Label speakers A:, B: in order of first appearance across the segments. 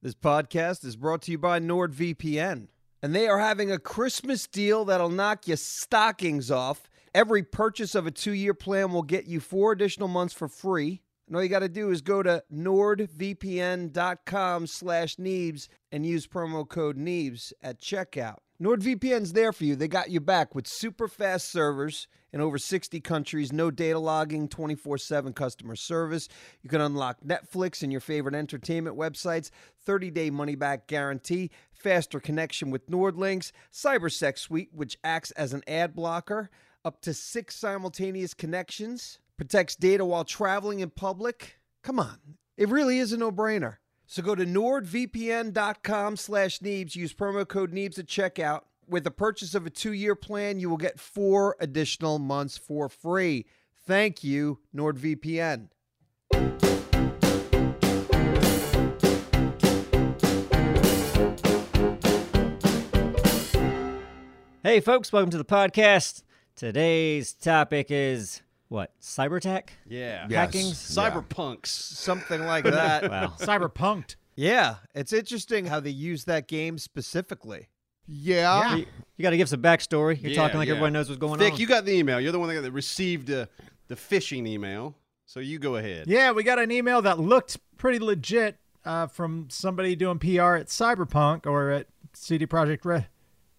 A: This podcast is brought to you by NordVPN, and they are having a Christmas deal that'll knock your stockings off. Every purchase of a two year plan will get you four additional months for free. And all you got to do is go to nordvpn.com slash Neebs and use promo code Neebs at checkout. NordVPN's there for you. They got you back with super fast servers in over 60 countries, no data logging, 24 7 customer service. You can unlock Netflix and your favorite entertainment websites, 30 day money back guarantee, faster connection with NordLinks, CyberSec Suite, which acts as an ad blocker, up to six simultaneous connections, protects data while traveling in public. Come on, it really is a no brainer. So go to nordvpn.com slash Neebs. Use promo code Neebs at checkout. With the purchase of a two-year plan, you will get four additional months for free. Thank you, NordVPN.
B: Hey, folks, welcome to the podcast. Today's topic is what? Cyber attack?
C: Yeah.
A: Yes.
B: Hacking?
C: Cyberpunks.
A: Something like that.
B: Wow.
D: Cyberpunked.
A: Yeah, it's interesting how they use that game specifically.
D: Yeah.
B: You, got to give some backstory. You're
C: Yeah,
B: talking like
C: yeah.
B: everyone knows what's going
C: Vic,
B: on.
C: you got the email. You're the one that got- that received uh, the phishing email. So you go ahead.
D: Yeah, we got an email that looked pretty legit uh, from somebody doing PR at Cyberpunk or at CD Project Red.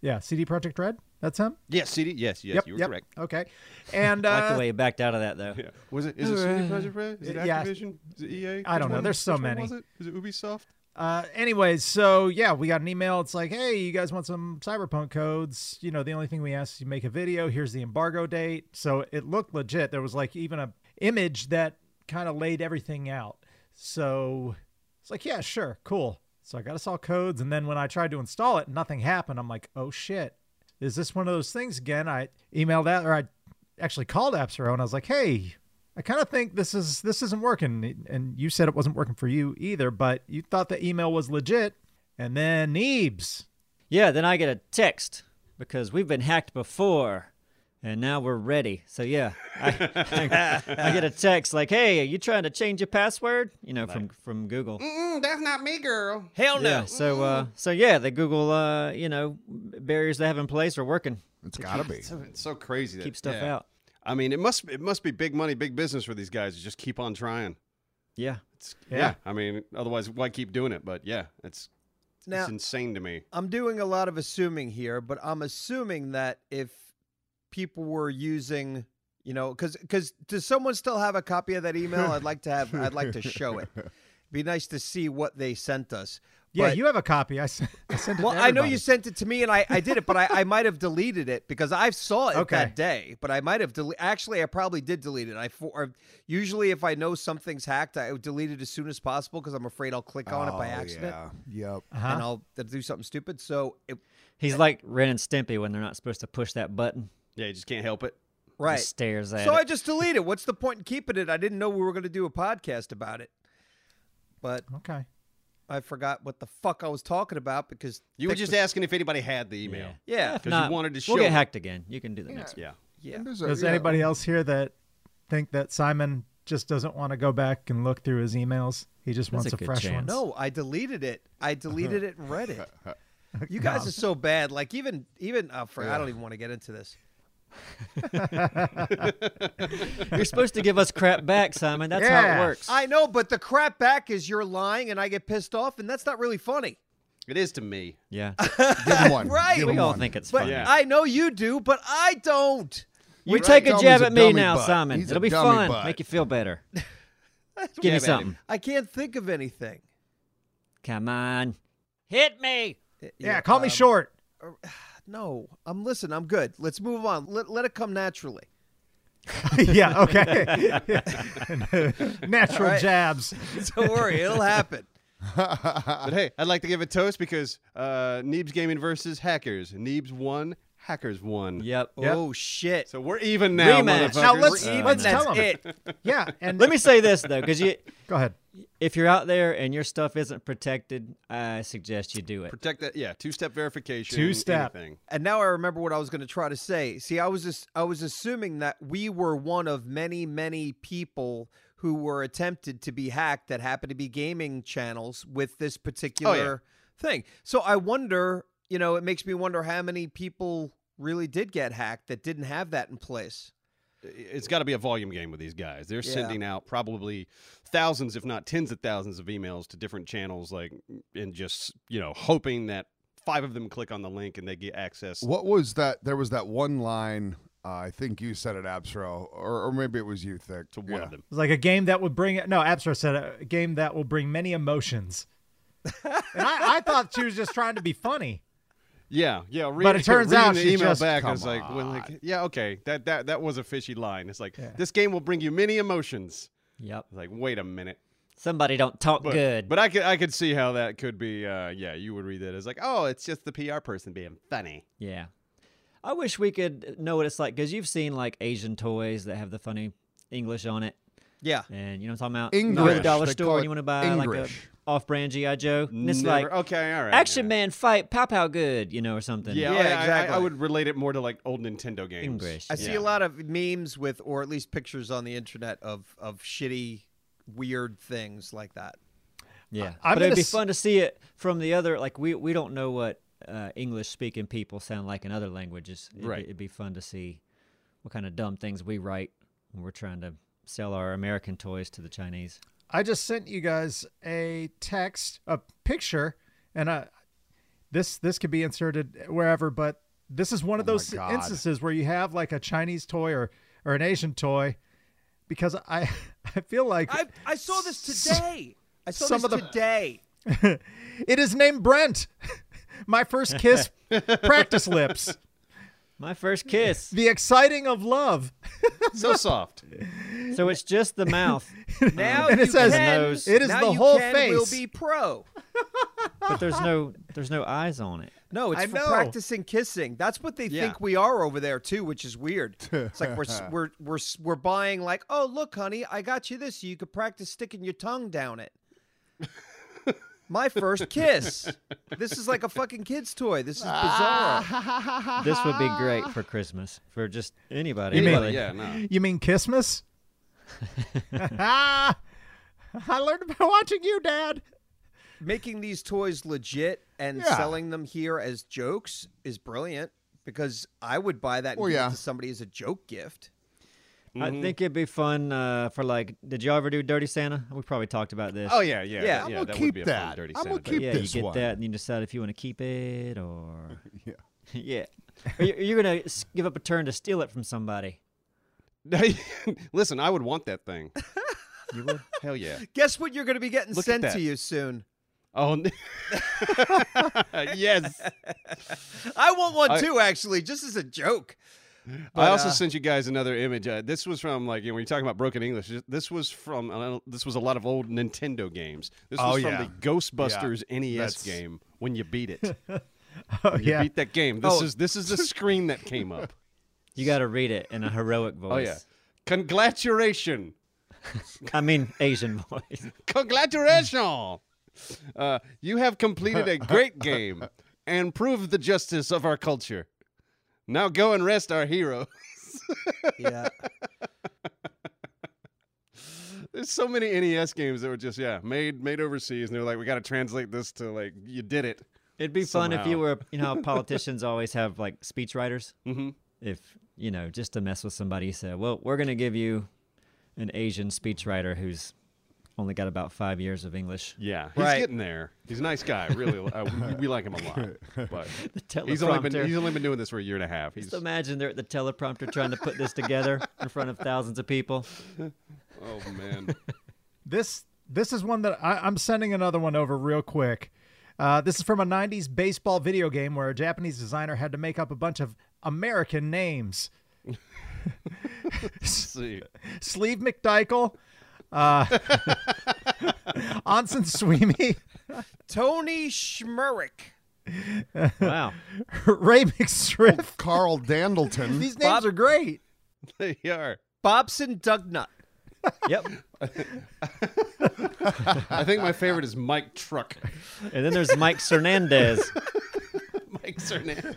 D: Yeah, CD Project Red. That's him.
C: Yes, CD. Yes, yes,
D: yep.
C: you were
D: yep.
C: correct.
D: Okay. And uh,
B: I like the way you backed out of that, though.
C: Yeah. Was it? Is it CD Project Red? Is it
D: Yeah.
C: Activision? Is it EA?
D: I don't
C: Which
D: know.
C: one-
D: There's so
C: which one
D: many.
C: Was it? Is it Ubisoft?
D: Uh, anyways, so yeah, we got an email. It's like, hey, you guys want some cyberpunk codes? You know, the only thing we ask is you make a video. Here's the embargo date. So it looked legit. There was like even a image that kind of laid everything out. So it's like, yeah, sure, cool. So I got us all codes, and then when I tried to install it, nothing happened. I'm like, oh shit, is this one of those things again? I emailed out, or I actually called Apsro, and I was like, hey, I kind of think this is this isn't working, and you said it wasn't working for you either. But you thought the email was legit, and then Neebs.
B: Yeah, then I get a text because we've been hacked before and now we're ready. So, yeah, I, I, I get a text like, hey, are you trying to change your password? You know, from, from Google.
C: Mm, that's not me, girl.
B: Hell no. So, uh, so yeah, the Google, uh, you know, barriers they have in place are working.
E: It's gotta be.
C: So, it's so crazy. That,
B: Keep stuff
C: yeah.
B: out.
C: I mean, it must it must be big money, big business for these guys to just keep on trying.
B: Yeah.
C: It's,
D: Yeah.
C: I mean, otherwise, why keep doing it? But yeah, it's
A: Now,
C: it's insane to me.
A: I'm doing a lot of assuming here, but I'm assuming that if people were using, you know, because because does someone still have a copy of that email? I'd like to have. I'd like to show it. Be nice to see what they sent us.
D: Yeah,
A: But-
D: you have a copy. I, s- I sent it.
A: Well,
D: to
A: I know you
D: everybody.
A: sent it to me, and I, I did it, but I, I might have deleted it because I saw it
D: Okay.
A: that day. But I might have deleted. Actually, I probably did delete it. I for- or usually if I know something's hacked, I delete it as soon as possible because I'm afraid I'll click on it by
D: Oh,
A: accident
E: Yeah. Yep.
D: Uh-huh.
A: and I'll do something stupid. So it,
B: He's like Ren and Stimpy when they're not supposed to push that button.
C: Yeah, you just can't help it.
B: He
A: right.
B: stares at
A: So
B: it.
A: I just deleted it. What's the point in keeping it? I didn't know we were going to do a podcast about it. But
D: Okay.
A: I forgot what the fuck I was talking about because
C: You were
A: Vic
C: just
A: was-
C: asking if anybody had the email.
A: yeah,
B: If
C: 'cause you
B: not,
C: wanted to
B: We'll
C: show
B: get
C: it.
B: hacked again. You can do the next.
C: Yeah.
A: yeah.
E: And there's a-
D: Does
E: yeah.
D: anybody else here that think that Simon just doesn't want to go back and look through his emails? He just
B: That's
D: wants
B: a
D: a,
B: good
D: fresh
B: chance.
D: one.
A: No, I deleted it. I deleted it and read it. You guys are so bad. Like even even uh, for, I don't even want to get into this.
B: one. You're supposed to give us crap back, Simon. That's how
D: Yeah.
B: it works.
A: I know, but the crap back is you're lying, and I get pissed off, and that's not really funny.
C: It is to me.
B: yeah.
E: Give him one.
A: Right.
E: Give
B: We
E: him
B: all
E: one.
B: think it's
A: But
B: funny.
C: Yeah.
A: I know you do, but I don't.
B: You take a
E: Tommy's
B: jab
E: a
B: at me
E: dummy
B: now,
E: butt.
B: Simon.
E: He's a
B: It'll be
E: dummy
B: fun.
E: butt.
B: Make you feel better. Give me
C: Yeah, man.
B: something.
A: I can't think of anything.
B: Come on. Hit me.
D: Yeah, call me
A: um,
D: short.
A: No, I'm listen. I'm good. Let's move on. Let let it come naturally.
D: yeah. Okay. Natural
A: All right.
D: jabs.
A: Don't worry, it'll happen.
C: But hey, I'd like to give a toast because uh, Neebs Gaming versus Hackers. Neebs won, Hackers won.
B: Yep.
A: Oh shit!
C: So we're even now,
B: Rematch.
C: motherfuckers.
D: Now let's-
C: Uh,
D: let's-
A: That's
D: tell 'em.
A: it.
D: Yeah. And
B: Let me say this though, because you,
D: go ahead.
B: if you're out there and your stuff isn't protected, I suggest you do it.
C: protect that. Yeah, two-step verification.
D: Two-step.
C: anything.
A: And now I remember what I was going to try to say. See, I was just, I was assuming that we were one of many, many people who were attempted to be hacked that happened to be gaming channels with this particular thing. So I wonder, you know, it makes me wonder how many people really did get hacked that didn't have that in place.
C: it's got to be a volume game with these guys. They're
A: Yeah.
C: sending out probably thousands, if not tens of thousands, of emails to different channels, like and just you know hoping that five of them click on the link and they get access.
E: What was that? There was that one line. Uh, I think you said it, Absro, or, or maybe it was you, Thick.
C: to one of them.
D: It's like a game that would bring no. Abstra said a game that will bring many emotions. and I, I thought she was just trying to be funny.
C: Yeah, yeah. Read,
D: But it turns
C: reading
D: out
C: the
D: she
C: email
D: just-
C: back I
E: come
C: was like, well, like,
E: on.
C: yeah, okay, that that that was a fishy line. It's like this game will bring you many emotions.
B: Yep.
C: Like, wait a minute.
B: Somebody don't talk
C: But,
B: good.
C: But I could I could see how that could be. Uh, yeah, you would read that as like, oh, it's just the PR person being funny.
B: yeah. I wish we could know what it's like because you've seen like Asian toys that have the funny English on it.
A: Yeah.
B: And you know what I'm talking about? You go to
E: English.
B: the dollar
E: They
B: store
E: call
B: and
E: it
B: you want to buy like
E: English.
B: a off brand G.I. Joe. And it's
C: Never-
B: like
C: okay, all right.
B: Action
C: yeah.
B: Man fight Pow Pow Good, you know, or something.
C: Yeah,
A: Yeah,
C: I- I- I,
A: exactly.
C: would relate it more to like old Nintendo games.
B: English.
A: I see
C: Yeah.
A: a lot of memes with, or at least pictures on the internet of of shitty, weird things like that.
B: Yeah,
D: I'm
B: but it'd
D: gonna
B: be
D: s-
B: fun to see it from the other. Like we we don't know what uh, English speaking people sound like in other languages. It'd, be-
C: Right.
B: It'd be fun to see what kind of dumb things we write when we're trying to sell our American toys to the Chinese.
D: I just sent you guys a text, a picture, and uh this this could be inserted wherever, but this is one of those
E: God.
D: instances where you have like a Chinese toy or or an Asian toy, because I I feel like
A: I I saw this today. I saw
D: Some
A: this
D: of the-
A: today.
D: it is named Brent. My first kiss practice lips.
B: My first kiss.
D: The exciting of love.
C: So soft.
B: so it's just the mouth,
A: Now
D: And it
A: you
D: says-
A: can-
B: Nose.
D: It is
A: now
D: the
A: you
D: whole
A: can Will
D: face.
A: be pro.
B: but there's no there's no eyes on it.
A: No, it's
D: I
A: for
D: know.
A: practicing kissing. That's what they
C: Yeah.
A: think we are over there too, which is weird. It's like we're s- we're we're s- we're buying like, oh look, honey, I got you this. so You could practice sticking your tongue down it. My first kiss. This is like a fucking kid's toy. This is bizarre.
B: This would be great for Christmas for just anybody.
D: mean-
B: really.
C: yeah, no.
D: You mean Christmas? I learned by watching you, Dad.
A: Making these toys legit and
E: Yeah.
A: selling them here as jokes is brilliant because I would buy that and
E: Well,
A: give it
E: yeah.
A: to somebody as a joke gift.
B: I think it'd be fun uh, for like. Did y'all ever do Dirty Santa? We probably talked about this.
C: Oh yeah, yeah,
A: Yeah,
C: yeah.
A: I'm
E: gonna
C: that would
E: keep
C: be a Fun,
E: that.
C: dirty
E: I'm gonna
C: Santa.
E: keep-
B: yeah,
E: this
B: you get
E: one.
B: that, and you decide if you want to keep it or
E: Yeah.
B: yeah, or you- you're gonna s- give up a turn to steal it from somebody.
C: Listen, I would want that thing.
B: You would.
C: Hell yeah.
A: Guess what you're going to be getting
C: Look at
A: sent
C: that.
A: to you soon.
C: Oh, n- yes.
A: I want one
C: I-
A: too, actually, just as a joke.
C: I also sent you guys another image. Uh, this was from like you know, when you're talking about broken English. This was from uh, this was a lot of old Nintendo games. This was
E: Oh,
C: from
E: yeah.
C: the Ghostbusters NES
E: that's-
C: game when you beat it.
D: Oh,
C: You
D: yeah.
C: beat that game. This
A: Oh.
C: is this is the screen that came up.
B: You got to read it in a heroic voice.
C: Oh yeah. Congratulations.
B: I mean Asian voice.
C: Congratulations! Uh, you have completed a great game and proved the justice of our culture. Now go and rest our hero.
A: Yeah.
C: There's so many NES games that were just yeah made made overseas, and they're like, we got to translate this to like you did it.
B: It'd be fun if
C: Somehow.
B: you were, you know, how politicians always have like speech writers. Mm-hmm. If you know, just to mess with somebody, you said, "Well, we're gonna give you an Asian speechwriter who's only got about five years of English."
C: Yeah, he's
A: Right.
C: getting there. He's a nice guy, really. Uh, we, we like him a lot, but
B: The
C: he's only been
B: teleprompter.
C: he's only been doing this for a year and a half. He's
B: Just imagine they're at the teleprompter trying to put this together in front of thousands of people.
C: oh man,
D: This this is one that I, I'm sending another one over real quick. Uh, this is from a '90s baseball video game where a Japanese designer had to make up a bunch of American names.
C: see,
D: Sleeve McDykel, uh, Onsen Sweeney,
A: Tony Schmurick.
B: Wow.
D: Ray McStriff.
E: Carl Dandleton.
D: These names
A: Bob-
D: are great.
C: they are.
A: Bobson Dugnut.
B: Yep.
C: I think my favorite is Mike Truck.
B: And then there's Mike Hernandez.
C: Mike Hernandez.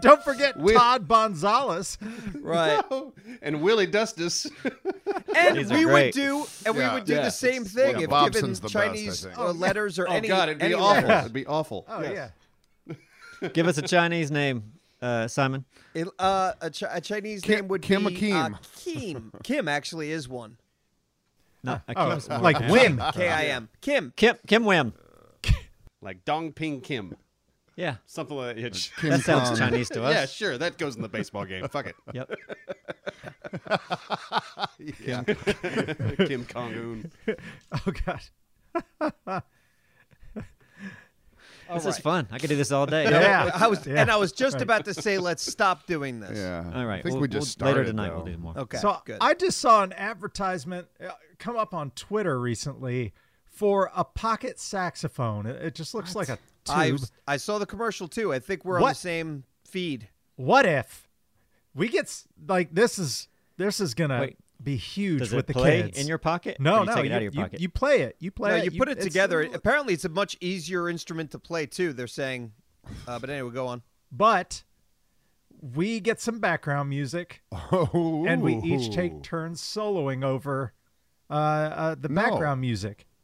D: Don't forget
C: With-
D: Todd Gonzalez.
A: Right.
C: Oh, and Willie Dustus.
A: And
B: These are
A: we would
B: great.
A: do, and
E: Yeah.
A: we would do
C: Yeah.
A: the same thing
E: Yeah,
A: if given
E: Bobson's the best, I
A: Chinese
E: think.
A: uh, letters or
C: oh
A: any.
C: God, it'd be
A: any
C: awful.
A: letters.
C: It'd be awful.
D: Oh
C: Yes.
D: yeah.
B: Give us a Chinese name, uh, Simon.
A: It, uh, a, chi- a Chinese
E: Kim-
A: name would
E: Kim
A: be uh,
E: Akeem.
A: Kim. Kim actually is one.
B: No, I
D: Oh,
B: can't
D: it's like Wim.
E: Ah,
A: K I M. Kim.
B: Kim Kim Wim.
C: Like Dong Ping Kim.
B: Yeah,
C: Something like that. Yeah,
E: Kim
B: that sounds
E: Kong.
B: Chinese to us.
C: yeah, sure. That goes in the baseball game. Fuck it.
B: Yep.
C: Kim Kong Un.
D: Oh god.
B: this is fun. I could do this all day.
D: Yeah.
A: I was,
D: Yeah.
A: and I was just about to say, let's stop doing this.
E: Yeah.
B: All right.
E: I think
B: we'll-
E: we just
B: we'll- later
E: started,
B: tonight.
E: though.
B: We'll do more.
A: Okay.
D: So
A: good.
D: I just saw an advertisement uh, come up on Twitter recently for a pocket saxophone. It, it just looks like a
A: I,
D: tube.
A: was- I saw the commercial too. I think we're on the
D: What?
A: same feed.
D: What if we get s- like this is this is gonna
B: Wait.
D: be huge
B: Does
D: with
B: it
D: the
B: play
D: kids
B: in your pocket?
D: No,
B: Or you
D: no,
B: Take
D: you,
B: it out of your
D: you-
B: pocket.
D: you play it. You play
A: No,
D: it.
A: you put it
D: it's-
A: together. Apparently, it's a much easier instrument to play too. They're saying, uh, but anyway,
D: Um,
A: go on.
D: But we get some background music, and we each take turns soloing over uh, uh, the background music.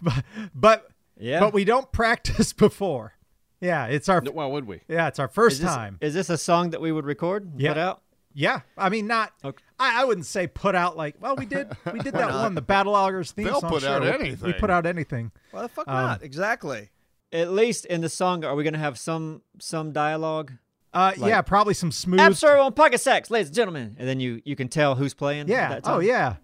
D: But but
B: Yeah.
D: but we don't practice before. Yeah, it's our
C: Well, would we?
D: yeah, it's our first
B: is this,
D: time.
B: Is this a song that we would record? and
D: Yeah.
B: Put out.
D: yeah, I mean not.
B: Okay.
D: I, I wouldn't say put out like well we did we did that one the Battle Augers theme
E: They'll
D: song.
E: put out
D: sure, we- We
E: anything.
D: put out anything.
A: Why the fuck not? Exactly.
B: At least in the song, are we going to have some some dialogue?
D: Uh, yeah, probably some smooth.
B: Absurd on pocket sax, ladies and gentlemen, and then you you can tell who's playing. at
D: Yeah.
B: that
D: Oh
B: time.
D: yeah.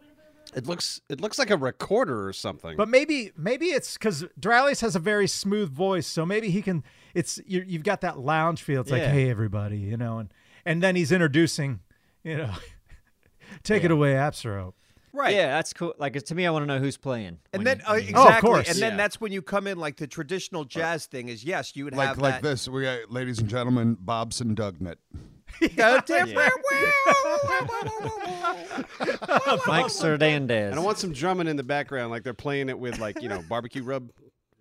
C: It looks it looks like a recorder or something.
D: But maybe maybe it's because Dralis has a very smooth voice, so maybe he can. It's you you've got that lounge feel. It's like,
B: Yeah.
D: hey everybody, you know, and and then he's introducing, you know, take it away, Absro.
A: Right.
B: Yeah, that's cool. Like to me, I want to know who's playing.
A: And
B: when
A: then
B: you-
A: uh,
B: when you-
A: exactly.
D: Oh, course.
A: And then
C: Yeah.
A: that's when you come in. Like the traditional jazz thing is yes, you would
E: Like
A: have
E: like
A: that.
E: this. We got ladies and gentlemen, Bobson Dugnut.
A: Go to-
B: Mike Cerdantes.
C: and I want some drumming in the background, like they're playing it with like you know barbecue rub.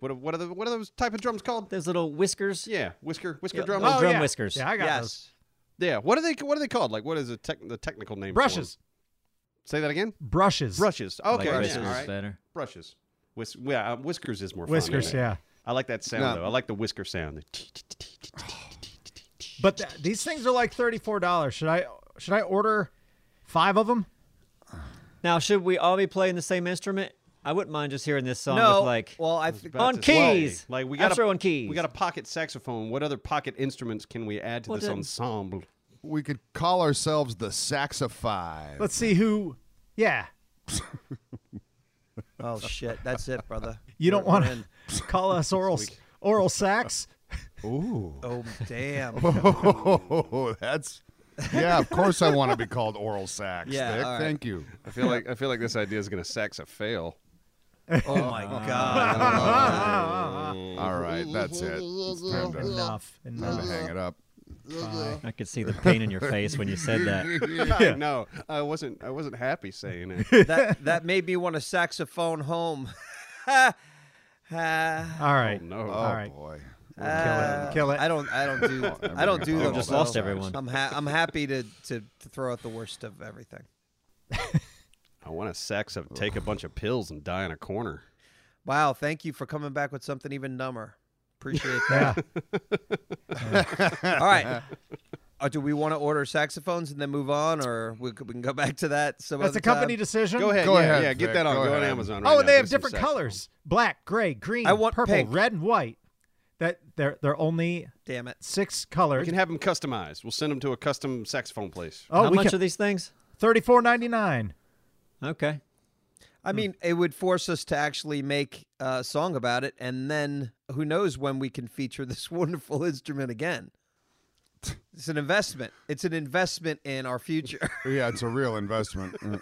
C: What are, what are the what are those type of drums called?
B: those little whiskers.
C: Yeah, whisker whisker
B: Yeah,
C: drum.
B: those
C: Oh,
B: drum
D: yeah.
B: whiskers.
D: Yeah, I got those.
A: Yes.
C: yeah. What are they what are they called? Like what is the tech, the technical name? for 'em?
D: Brushes,
C: Say that again.
D: brushes,
C: Brushes. Okay,
B: Like
C: yeah,
B: whiskers
C: all
B: is
C: right.
B: better.
C: Brushes. Whis- yeah, uh, whiskers is more fun, isn't
D: whiskers.
C: it?
D: Yeah,
C: I like that sound
E: No.
C: though. I like the whisker sound.
D: but th- these things are like thirty four dollars. Should I should I order five of them?
B: Now, should we all be playing the same instrument? I wouldn't mind just hearing this song
A: No.
B: with like
A: well, I think
B: on
C: That's why.
B: keys.
C: Like we
B: I'm
C: got a,
B: sure on keys.
C: We got a pocket saxophone. What other pocket instruments can we add to
B: Well,
C: this
B: then-
C: ensemble?
E: We could call ourselves the Saxify.
D: Let's see who. Yeah,
A: Oh shit, that's it, brother.
D: you don't
A: We're-
D: want
A: we're in.
D: to call us oral oral sax.
A: Oh damn.
E: Oh, that's yeah. Of course, I want to be called oral sax.
A: Yeah,
E: Vic.
A: all right.
E: Thank you.
C: I feel like I feel like this idea is going to sax a fail.
A: Oh my god.
E: All right, that's it. It's time to,
D: Enough.
E: time to
D: Enough.
E: hang it up.
B: I could see the pain in your face when you said that.
C: I know. I wasn't. I wasn't happy saying it.
A: that that made me want to saxophone home. Ah,
D: All right.
C: No.
E: Oh
D: All right.
E: boy.
A: ah.
D: Kill it.
A: I don't. I don't do. I don't do
E: Oh,
A: them.
E: just
A: so
B: lost everyone.
A: I'm ha- I'm happy to, to to throw out the worst of everything.
C: I want to sax a take a bunch of pills and die in a corner.
A: Wow. Thank you for coming back with something even dumber. Appreciate that.
D: Yeah.
A: All right. Uh, do we want to order saxophones and then move on, or we, could- we can go back to that? Some
D: That's
A: other
D: a company
A: time?
D: decision.
C: Go ahead.
E: Go
C: yeah,
E: ahead,
C: Yeah. Get
E: Vic,
C: that on.
E: go
C: Go, on
E: ahead.
C: Amazon. Right
D: Oh,
C: now,
D: and they have
C: get some
D: different
C: saxophone.
D: colors: black, gray, green,
A: I want
D: purple,
A: pink.
D: red, and white. That they're they're only
A: Damn it.
D: six
C: We
D: colors.
C: can have them customized. We'll send them to a custom saxophone place.
D: oh,
B: How
D: we
B: much
D: can
B: are these things?
D: thirty four ninety nine.
B: Okay.
A: I
D: Hmm.
A: mean, it would force us to actually make a song about it, and then who knows when we can feature this wonderful instrument again. It's an investment. It's an investment in our future.
E: Yeah, it's a real investment. Mm.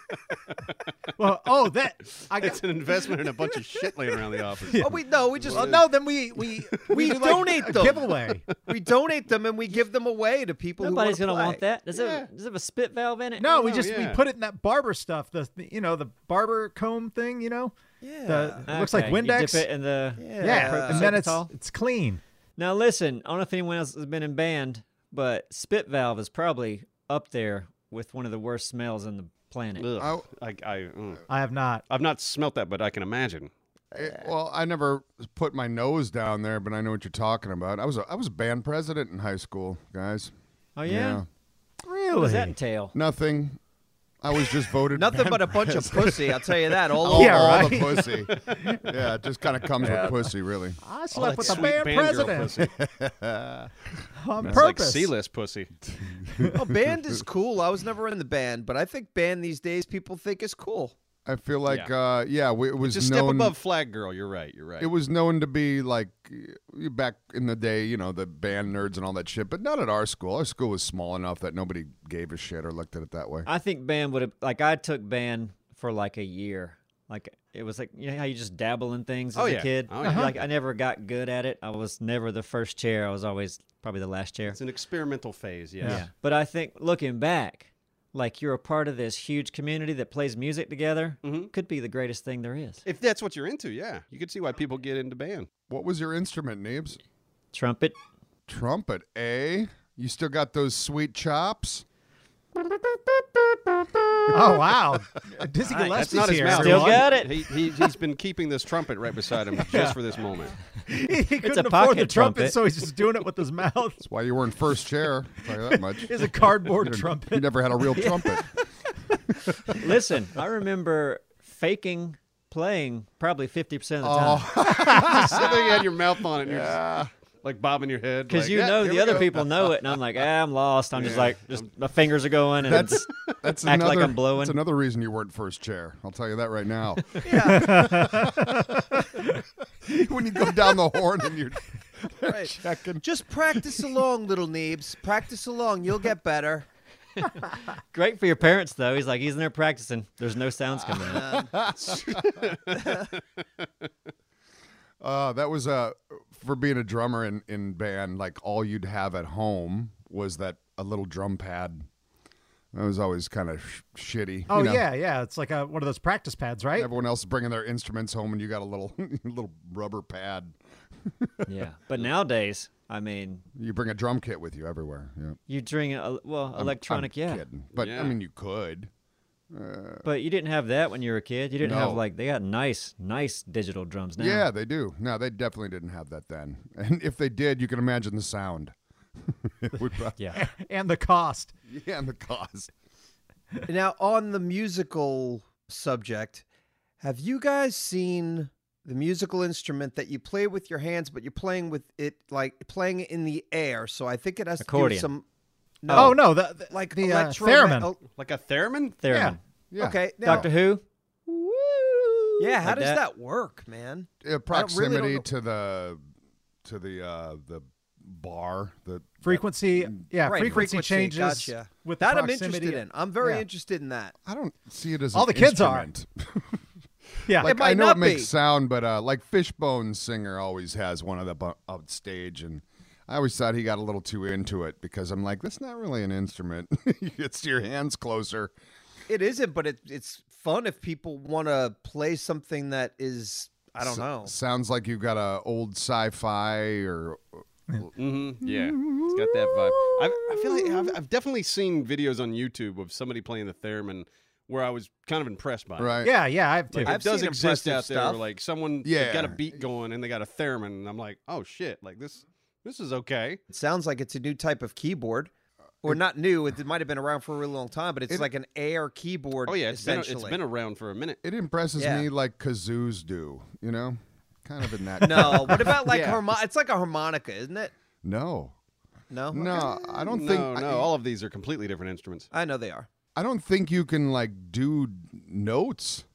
D: Well, oh that I
C: It's
D: got.
C: an investment in a bunch of shit laying around the office.
A: oh, we no, we just
D: Well, no, then we we
A: We
D: do, like,
A: donate
D: a
A: them.
D: giveaway.
A: we donate them and we give them away to people.
B: Nobody's
A: who
B: gonna
A: wanna play.
B: want that. Does it? Does it have a spit valve in it?
D: No, we
C: Oh,
D: just we
C: yeah.
D: put it in that barber stuff. The the- you know the barber comb thing. You know,
A: Yeah.
D: the it looks like
B: Okay, you dip
D: Windex.
B: it in the-
A: Yeah.
D: yeah, and then it's
B: Sorbitol.
D: it's clean.
B: Now listen, I don't know if anyone else has been in band, but spit valve is probably up there with one of the worst smells on the planet.
C: Ugh. I, I, mm.
D: I have not.
C: I've not smelt that, but I can imagine.
E: It- eh, well, I never put my nose down there, but I know what you're talking about. I was a, I was a band president in high school, guys.
B: Oh yeah?
D: Really?
B: What does that entail?
E: Nothing. I was just voted
A: Nothing
E: band
A: but a bunch of pussy, I'll tell you that. All
E: all,
A: over.
D: Yeah,
E: all the
D: right.
E: pussy. yeah, it just kind of comes with pussy, really.
D: I
C: Like
D: slept with a
C: Oh, sweet
D: band,
C: band girl
D: president
C: pussy.
D: on
C: That's like
D: purpose.
C: C-list pussy.
A: Well, Oh, band is cool. I was never in the band, but I think band these days people think is cool.
E: I feel like, yeah, uh, yeah we, it was
C: Just step
E: known.
C: above flag girl. You're right. You're right.
E: It was known to be like uh, back in the day, you know, the band nerds and all that shit, but not at our school. Our school was small enough that nobody gave a shit or looked at it that way.
B: I think band would have like I took band for like a year. Like it was like you know how you just dabble in things as
C: Oh,
B: a
C: yeah.
B: kid.
C: Oh, yeah.
B: Like I never got good at it. I was never the first chair. I was always probably the last chair.
C: it's an experimental phase. Yes.
B: Yeah. But I think looking back, like you're a part of this huge community that plays music together,
C: Mm-hmm.
B: could be the greatest thing there is.
C: If that's what you're into, yeah, you can see why people get into band.
E: What was your instrument, Neebs?
B: Trumpet.
E: Trumpet, eh? You still got those sweet chops?
D: Oh wow, Dizzy
B: Nice.
D: Gillespie's
C: Not his
D: here.
C: mouth.
B: Still everyone.
D: everyone.
B: got it.
C: He, he, he's been keeping this trumpet right beside him just for this moment.
D: he couldn't
B: a
D: afford
B: pocket
D: the
B: trumpet.
D: so he's just doing it with his mouth.
E: That's why you weren't first chair. Tell you that much.
D: Is a cardboard
E: You
D: trumpet.
E: never had a real trumpet.
B: Listen, I remember faking playing probably 50% of the
C: Oh,
B: time
C: so then you had your mouth on it. And You're just, like bobbing your head.
B: because
C: like,
B: you
C: "Yeah,
B: know
C: here
B: the
C: we
B: other
C: go."
B: people know it and i'm like ah, i'm lost i'm just like just my fingers are going and
E: That's that's
B: Act like
E: another,
B: I'm blowing.
E: That's another reason you weren't first chair. I'll tell you that right now. when you go down the horn and you're
A: Right.
E: checking.
A: Just practice along, little Neebs. Practice along. You'll get better.
B: great for your parents though he's like he's in there practicing there's no sounds coming out
E: Uh, that was uh, for being a drummer in, in band. Like all you'd have at home was that a little drum pad. That was always kind of sh- shitty. you
D: Oh
E: know?
D: yeah, yeah. It's like a, one of those practice pads, right?
E: Everyone else is bringing their instruments home, and you got a little little rubber pad.
B: yeah but nowadays i mean
E: You bring a drum kit with you everywhere. Yeah.
B: you drink a, well
E: I'm-
B: electronic
E: I'm
B: yeah
E: kidding. But
C: Yeah.
E: I mean, you could.
B: but you didn't have that when you were a kid you didn't have
E: No.
B: like they got nice nice digital drums now
E: Yeah, they do. No, they definitely didn't have that then. And if they did, you can imagine the sound. it would probably,
B: yeah
D: And the cost.
E: yeah, and the cost.
A: Now, on the musical subject, have you guys seen the musical instrument that you play with your hands, but you're playing with it like playing it in the air? So I think it has to do
B: Accordion.
A: with some.
D: Oh, no, the, the-
A: like
D: the uh,
A: electro-
D: theremin.
A: oh,
C: Like a theremin?
B: there
D: Yeah.
E: Yeah.
A: Okay, now-
B: doctor who
A: Yeah, how
B: Like
A: does
B: that.
A: that work, man?
E: Uh,
A: don't
E: proximity
A: know.
E: to the to the uh, the bar. The
D: frequency,
E: Mm.
D: yeah,
A: Right,
D: frequency, changes
A: Gotcha.
D: with the
A: that, I'm
D: proximity.
A: interested in. I'm very
D: Yeah.
A: interested in that.
E: I don't see it as
D: All
E: an
D: the kids are.
E: instrument.
D: Yeah,
E: like
A: It might
E: I know
A: not
E: it makes
A: be.
E: sound, but uh, like Fishbone singer always has one of the bu- on stage, and I always thought he got a little too into it because I'm like, that's not really an instrument. it's your hands closer.
A: It isn't, but it, it's fun if people want to play something that is I don't
E: S-
A: know.
E: Sounds like you've got a old sci-fi or
C: Mm-hmm. Yeah, it's got that vibe. I've, I feel like I've, I've definitely seen videos on YouTube of somebody playing the theremin where I was kind of impressed by it.
E: right.
D: Yeah, yeah, I have too.
C: Like,
A: I've
C: it does
A: seen
C: exist
A: impressive
C: out there.
A: stuff.
C: Where, like someone yeah.
E: Yeah.
C: got a beat going and they got a theremin, and I'm like, oh shit, like this, this is okay.
A: It sounds like it's a new type of keyboard, or not new. It might have been around for a really long time, but it's like an air keyboard.
C: Oh yeah, it's been
A: essentially.
C: it's been around for a minute.
E: It impresses
A: Yeah.
E: me like kazoos do. You know, kind of in that.
A: no, what about like
C: Yeah.
A: harmon? It's like a harmonica, isn't it?
E: no,
A: Oh No,
E: no. Uh, I don't
C: no,
E: think.
C: no,
E: I,
C: all of these are completely different instruments.
A: I know they are.
E: I don't think you can like do notes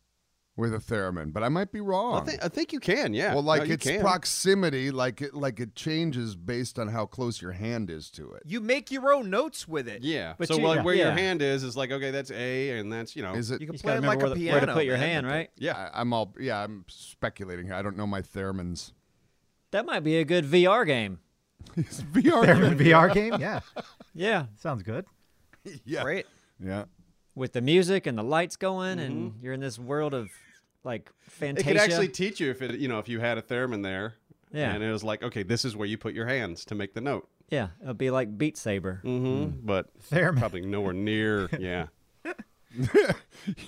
E: with a theremin, but I might be
C: I
E: wrong.
C: think I think you can, yeah.
E: well, like
C: no, you
E: its
C: can.
E: proximity, like it, like it changes based on how close your hand is to it.
A: You make your own notes with it.
C: yeah.
B: But
C: so
B: you-
C: like,
B: yeah.
C: where your
B: Yeah.
C: hand is is like okay, that's A, and that's you know.
E: Is it?
A: You can
B: you just
A: play
B: gotta
A: it
B: remember
A: like a
B: where, the-
A: piano.
B: where to put your
A: man.
B: hand right
C: yeah,
E: I, I'm all. Yeah, I'm speculating here. I don't know my theremins.
B: that might be a good vr game
E: It's VR.
D: Theremin VR game, yeah,
B: yeah
D: sounds good.
E: yeah.
A: Great.
E: Yeah.
B: with the music and the lights going, and you're in this world of like
C: it
B: fantasia.
C: could actually teach you if it you know if you had a theremin there.
B: Yeah.
C: and it was like okay, this is where you put your hands to make the note.
B: Yeah, it'll be like Beat Saber.
C: Mm-hmm. But
D: Theremin.
C: probably nowhere near. Yeah.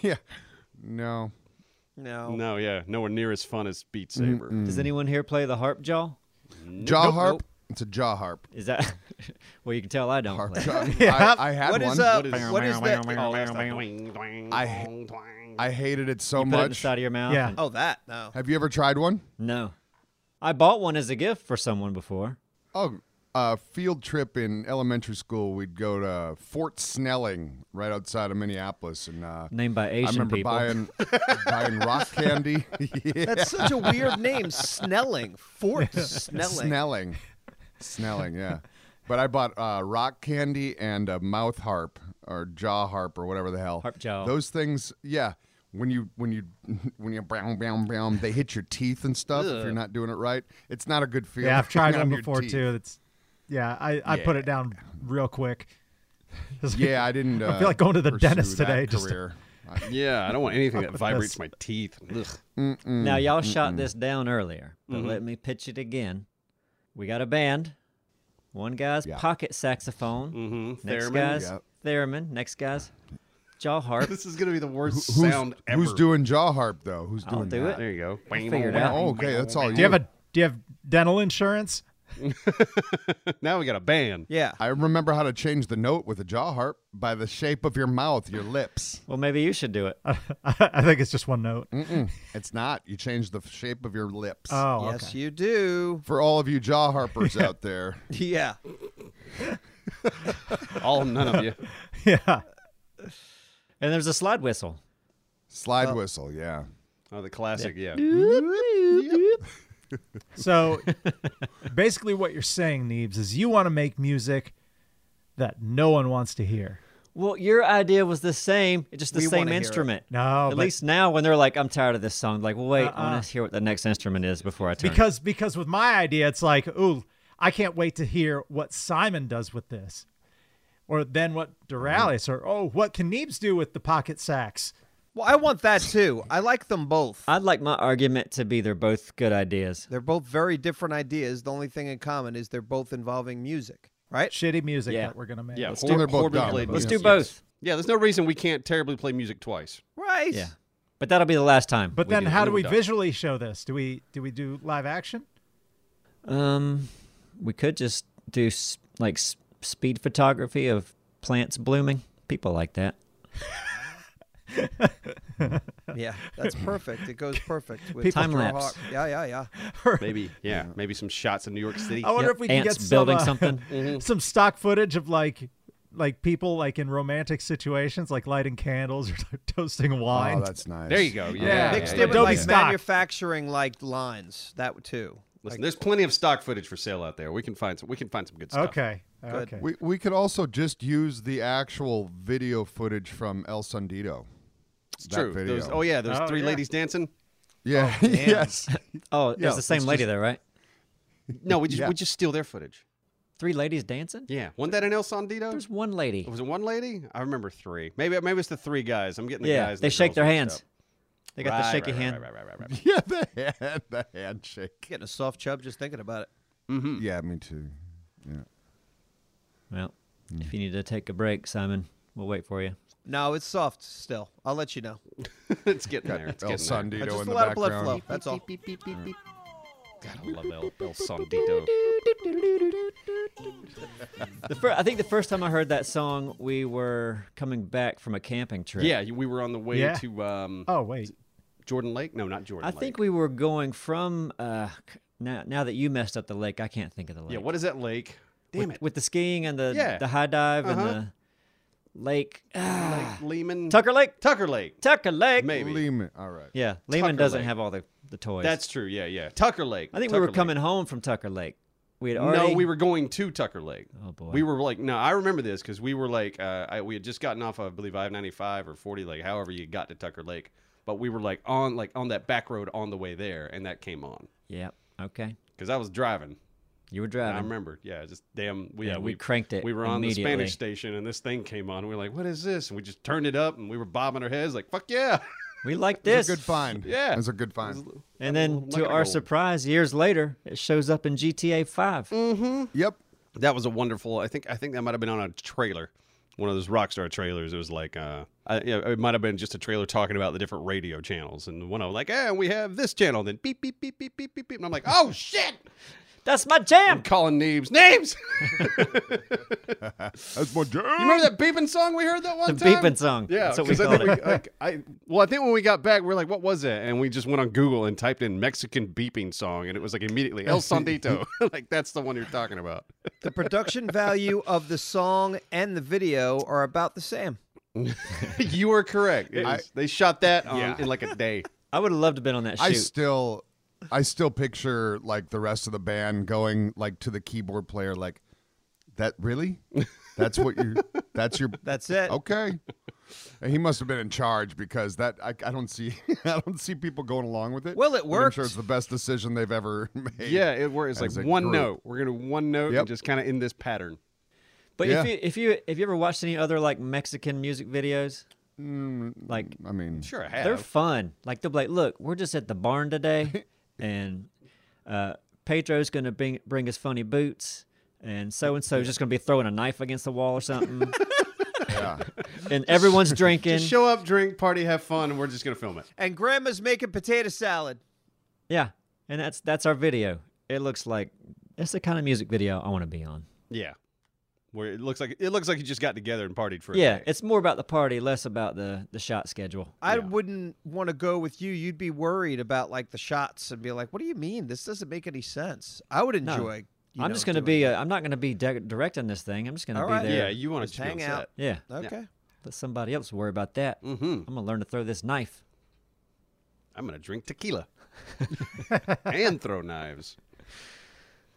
E: yeah. No.
A: No.
C: No, yeah. Nowhere near as fun as Beat Saber.
B: Does anyone here play the harp jaw?
E: Jaw harp. It's a jaw harp.
B: Is that well? You can tell I don't
E: Harp
B: play.
E: jaw.
D: Yeah.
E: I, I had
A: What
E: one.
A: is uh, up?
C: What is-
A: what is that?
C: Oh, that's the dwing, dwing,
E: I-
C: dwing, dwing.
E: I hated it so
B: Put it in the
E: much.
B: side of your mouth.
D: Yeah.
B: and-
A: Oh, that no.
E: Have you ever tried one?
B: no, I bought one as a gift for someone before.
E: Oh, uh, field trip in elementary school. We'd go to Fort Snelling, right outside of Minneapolis, and uh,
B: Named by Asian
E: I remember
B: people.
E: buying buying rock candy. yeah.
A: That's such a weird name, Snelling. Fort Snelling.
E: Snelling. Snelling, yeah. But I bought uh, rock candy and a mouth harp or jaw harp or whatever the hell.
B: Harp jaw.
E: Those things, yeah. When you when you when you brown brown brown, they hit your teeth and stuff if you're not doing it right. It's not a good feeling.
D: Yeah, I've tried
E: on
D: one
E: your
D: before
E: teeth.
D: too. It's yeah, I, I put it down real quick. It's like-
E: Yeah, I didn't. Uh,
D: I feel like going to the
E: pursue
D: dentist
E: that
D: today just to-
E: Career. I-
C: Yeah, I don't want anything that vibrates my teeth. Ugh.
B: Now y'all shot this down earlier, but let me pitch it again. We got a band. One guy's
E: Yeah.
B: pocket saxophone.
C: Mhm,
B: Next
C: theremin.
B: guy's
E: Yep.
B: theremin. Next guy's jaw harp.
C: This is gonna be the worst
E: who's,
C: sound ever.
E: who's doing jaw harp though? Who's
B: I'll
E: doing
B: do
E: that?
B: it.
C: There you go.
B: figure it out.
E: Oh, okay, that's all.
D: Do you have a do you have dental insurance?
C: Now we got a band.
A: Yeah.
E: I remember how to change the note with a jaw harp by the shape of your mouth, your lips.
B: Well, maybe you should do it.
D: I think it's just one note.
E: Mm. It's not. You change the shape of your lips.
D: Oh,
A: yes,
D: okay.
A: you do.
E: For all of you jaw harpers out there,
A: Yeah.
C: All none of you.
D: yeah.
B: And there's a slide whistle.
E: slide
D: Uh,
E: whistle, yeah.
C: Oh, the classic. Yeah.
D: So basically, what you're saying, Neebs, is you want to make music that no one wants to hear.
B: Well, your idea was the same, it's just the
A: We wanna
B: same
A: hear it.
B: instrument.
D: No,
B: at
D: but-
B: least now when they're like, "I'm tired of this song," like, well, wait, I want to hear what the next instrument is before I turn. it."
D: Because because with my idea, it's like, ooh, I can't wait to hear what Simon does with this, or then what Duralis, or oh, what can Neebs do with the pocket sax?
A: Well, I want that too. I like them both.
B: I'd like my argument to be they're both good ideas.
A: They're both very different ideas. The only thing in common is they're both involving music, right?
D: Shitty music
B: Yeah.
D: that we're gonna make.
C: Yeah.
E: do- They're both
C: horribly
E: dumb,
C: played
E: but
B: Let's
E: Yes,
B: do
C: music.
B: both.
C: Yeah, there's no reason we can't terribly play music twice.
A: Right.
B: Yeah, but that'll be the last time.
D: But
C: We
D: then,
C: do-
D: how
C: we
D: do
C: will
D: we
C: die.
D: visually show this? Do we do we do live action?
B: um, we could just do s- like s- speed photography of plants blooming. People like that.
A: Yeah. That's perfect. It goes perfect with
B: People- Time
A: your
B: lapse.
A: heart. Yeah, yeah, yeah.
C: Maybe. Yeah. Maybe some shots in New York City.
D: I wonder
B: Yep,
D: if we can
B: Ants
D: get some,
B: building
D: uh,
B: something.
D: some stock footage of like like people like in romantic situations, like lighting candles or toasting wine.
E: Oh, that's nice.
C: There you go. Yeah.
D: Yeah.
A: Mixed
D: yeah,
A: in with
D: Adobe
A: like
D: stock.
A: manufacturing like lines. That too.
C: Listen, there's plenty of stock footage for sale out there. We can find some. We can find some good stuff.
D: okay. Okay.
E: We, we could also just use the actual video footage from El Sundido.
C: It's
E: That
C: true.
E: video.
C: Those, oh yeah, those
D: Oh,
C: three
D: yeah.
C: ladies dancing.
E: Yeah. yes.
B: Oh, it's
E: Yeah,
B: the same
E: let's
B: lady
E: just-
B: though, right?
C: No, we just
E: Yeah.
C: we just steal their footage.
B: Three ladies dancing.
C: Yeah. Wasn't that an El Sandito?
B: There's one lady.
C: Was it one lady? I remember three. Maybe maybe it's the three guys. I'm getting the
B: Yeah,
C: guys. and
B: they
C: the
B: shake
C: girls
B: their
C: mixed
B: hands.
C: up.
B: They got the
C: Right,
B: shaky
C: right, right,
B: hand.
C: Right, right, right, right, right.
E: Yeah, the, hand, the handshake.
A: Getting a soft chub just thinking about it.
E: Yeah, me too.
B: Well,
C: Mm.
B: if you need to take a break, Simon, we'll wait for you.
A: No, it's soft still. I'll let you know.
C: it's getting there. It's
E: El
C: getting there.
E: Sandito
A: Uh,
E: in
A: just
E: the
A: a lot of blood flow.
E: background.
A: That's all.
C: God, I love El, El Sandito.
B: The fir- I think the first time I heard that song, we were coming back from a camping trip.
C: Yeah, you- we were on the way
D: Yeah.
C: to um,
D: oh wait.
C: Jordan Lake. No, not Jordan.
B: I
C: Lake.
B: think we were going from. Uh, c- now, now that you messed up the lake, I can't think of the lake.
C: Yeah, what is that lake? Damn
B: with,
C: it,
B: with the skiing and the
C: Yeah.
B: the high dive
C: Uh-huh.
B: and the lake, Ah,
C: Lake Lehman.
B: Tucker Lake,
C: Tucker Lake.
B: Tucker Lake.
C: Maybe.
E: Lehman. All right.
B: Yeah, Lehman
C: Tucker
B: doesn't
C: Lake.
B: have all the the toys.
C: That's true. Yeah, yeah. Tucker Lake.
B: I think we
C: Tucker
B: were
C: Lake.
B: coming home from Tucker Lake. We had already.
C: No, we were going to Tucker Lake.
B: Oh, boy.
C: We were like, no, I remember this because we were like, uh, I, we had just gotten off, of, I believe, I ninety five or forty, like however you got to Tucker Lake. But we were like on, like on that back road on the way there, and that came on
B: Yep. Okay.
C: because I was driving.
B: You were
C: I
B: driving.
C: remember, yeah, just damn. We,
B: Yeah,
C: yeah,
B: we cranked it
C: We were on the
B: immediately.
C: Spanish station, and this thing came on. And we were like, "What is this?" And we just turned it up, and we were bobbing our heads like, "Fuck yeah!"
B: We like
E: It was
B: this.
E: a good find.
C: Yeah.
E: It was a good find.
B: And then
C: Look
B: to
C: at
B: our
C: gold. Mm.
B: surprise, years later, it shows up in GTA 5.
E: Yep.
C: That was a wonderful. I think I think that might have been on a trailer, one of those Rockstar trailers. It was like, uh, I, you know, it might have been just a trailer talking about the different radio channels, and one of them like, hey, we have this channel. Then beep beep beep beep beep beep beep, and I'm like, oh shit!
B: That's my jam.
C: I'm calling names, names.
E: That's my jam.
C: You remember that beeping song we heard that one
B: The
C: time?
B: beeping song.
C: Yeah,
B: That's what we
C: 'cause I
B: called
C: think
B: it.
C: we- like, I, well, I think when we got back, we were like, "What was it?" And we just went on Google and typed in Mexican beeping song, and it was like immediately El Sondito. like that's the one you're talking about.
A: The production value of the song and the video are about the same.
C: you were correct. It
E: I-
C: was- they shot that on,
E: Yeah.
C: in like a day.
B: I would have loved to have been on that shoot.
E: I still, I still picture like the rest of the band going like to the keyboard player, like that. Really? That's what you. That's your.
A: That's it.
E: okay. And he must have been in charge because that I, I don't see I don't see people going along with it.
A: Well, it
E: But I'm
A: worked.
E: sure it's the best decision they've ever made.
C: Yeah, it where it's like
E: As a
C: one
E: group.
C: note. We're gonna one note
E: Yep.
C: and just kind of in this pattern.
B: but
E: yeah.
B: if you if you if you ever watched any other like Mexican music videos, like
E: I mean,
C: Sure, I have.
B: They're fun. Like they'll be like, look, we're just at the barn today, and uh, Pedro's gonna bring bring his funny boots, and so and so's just gonna be throwing a knife against the wall or something,
E: yeah.
B: and everyone's drinking.
C: just show up, drink, party, have fun, and we're just gonna film it.
A: And grandma's making potato salad.
B: yeah, and that's that's our video. It looks like that's the kind of music video I want to be on.
C: Yeah, where it looks like it looks like you just got together and partied for.
B: Yeah,
C: a day.
B: it's more about the party, less about the the shot schedule.
A: I
C: Yeah.
A: wouldn't want to go with you. You'd be worried about like the shots and be like, "What do you mean? This doesn't make any sense." I would
B: No.
A: enjoy. you
B: I'm
A: know,
B: just gonna
A: doing
B: be. i I'm not gonna be de- directing this thing. I'm just gonna
A: All
B: be
A: right.
B: there.
C: yeah. You want
A: Just
C: to be on
A: hang
C: set.
A: out.
B: yeah.
A: that. Okay.
B: Let somebody else worry about that.
C: Mm-hmm.
B: I'm gonna learn to throw this knife.
C: I'm gonna drink tequila and throw knives.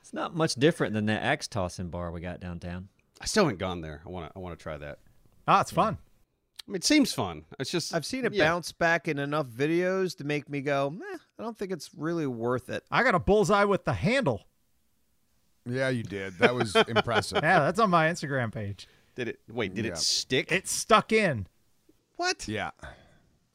B: It's not much different than that axe tossing bar we got downtown.
C: I still haven't gone there. I want to. I want to try that.
D: Ah, it's fun.
C: I mean, it seems fun. It's just
A: I've seen it
C: yeah.
A: bounce back in enough videos to make me go, "Meh, I don't think it's really worth it."
D: I got a bullseye with the handle.
E: yeah, you did. That was impressive.
D: Yeah, that's on my Instagram page.
C: Did it? Wait, did
E: Yeah.
C: it stick?
D: It's stuck in.
C: what?
E: Yeah.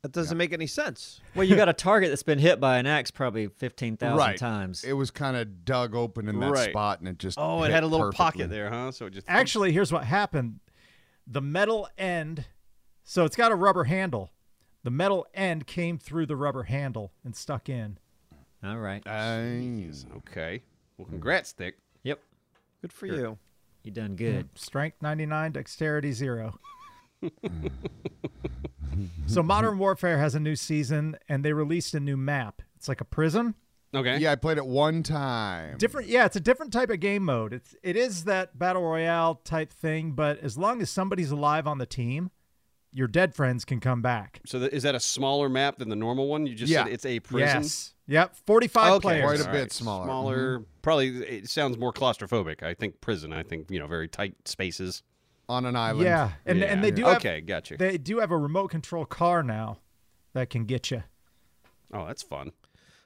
A: That doesn't make any sense.
B: Well, you got a target that's been hit by an axe probably 15,000
E: Right.
B: times.
E: It was kind of dug open in that
C: Right.
E: spot, and it just
C: Oh, it
E: hit
C: had a little
E: perfectly.
C: pocket there, huh? So it just
D: Actually, here's what happened. The metal end, so it's got a rubber handle. The metal end came through the rubber handle and stuck in.
B: All right.
E: Uh, Dang.
C: Okay. Well, congrats, Thick.
B: Yep.
A: Good for you.
B: You done good.
D: Strength 99, dexterity 0. so Modern Warfare has a new season and they released a new map. It's like a prison.
C: Okay.
E: Yeah, I played it one time.
D: Different yeah, it's a different type of game mode. It's it is that battle royale type thing, but as long as somebody's alive on the team, your dead friends can come back.
C: So th- is that a smaller map than the normal one? You just
E: Yeah.
C: said it's a prison.
D: Yes. Yep, 45
C: Okay.
D: players.
E: Quite a
C: All
E: bit smaller.
C: Smaller. Probably. It sounds more claustrophobic. I think prison. I think you know very tight spaces.
E: on an island.
D: Yeah, and and they do have
C: Okay, gotcha.
D: they do have a remote control car now that can get you.
C: oh, that's fun.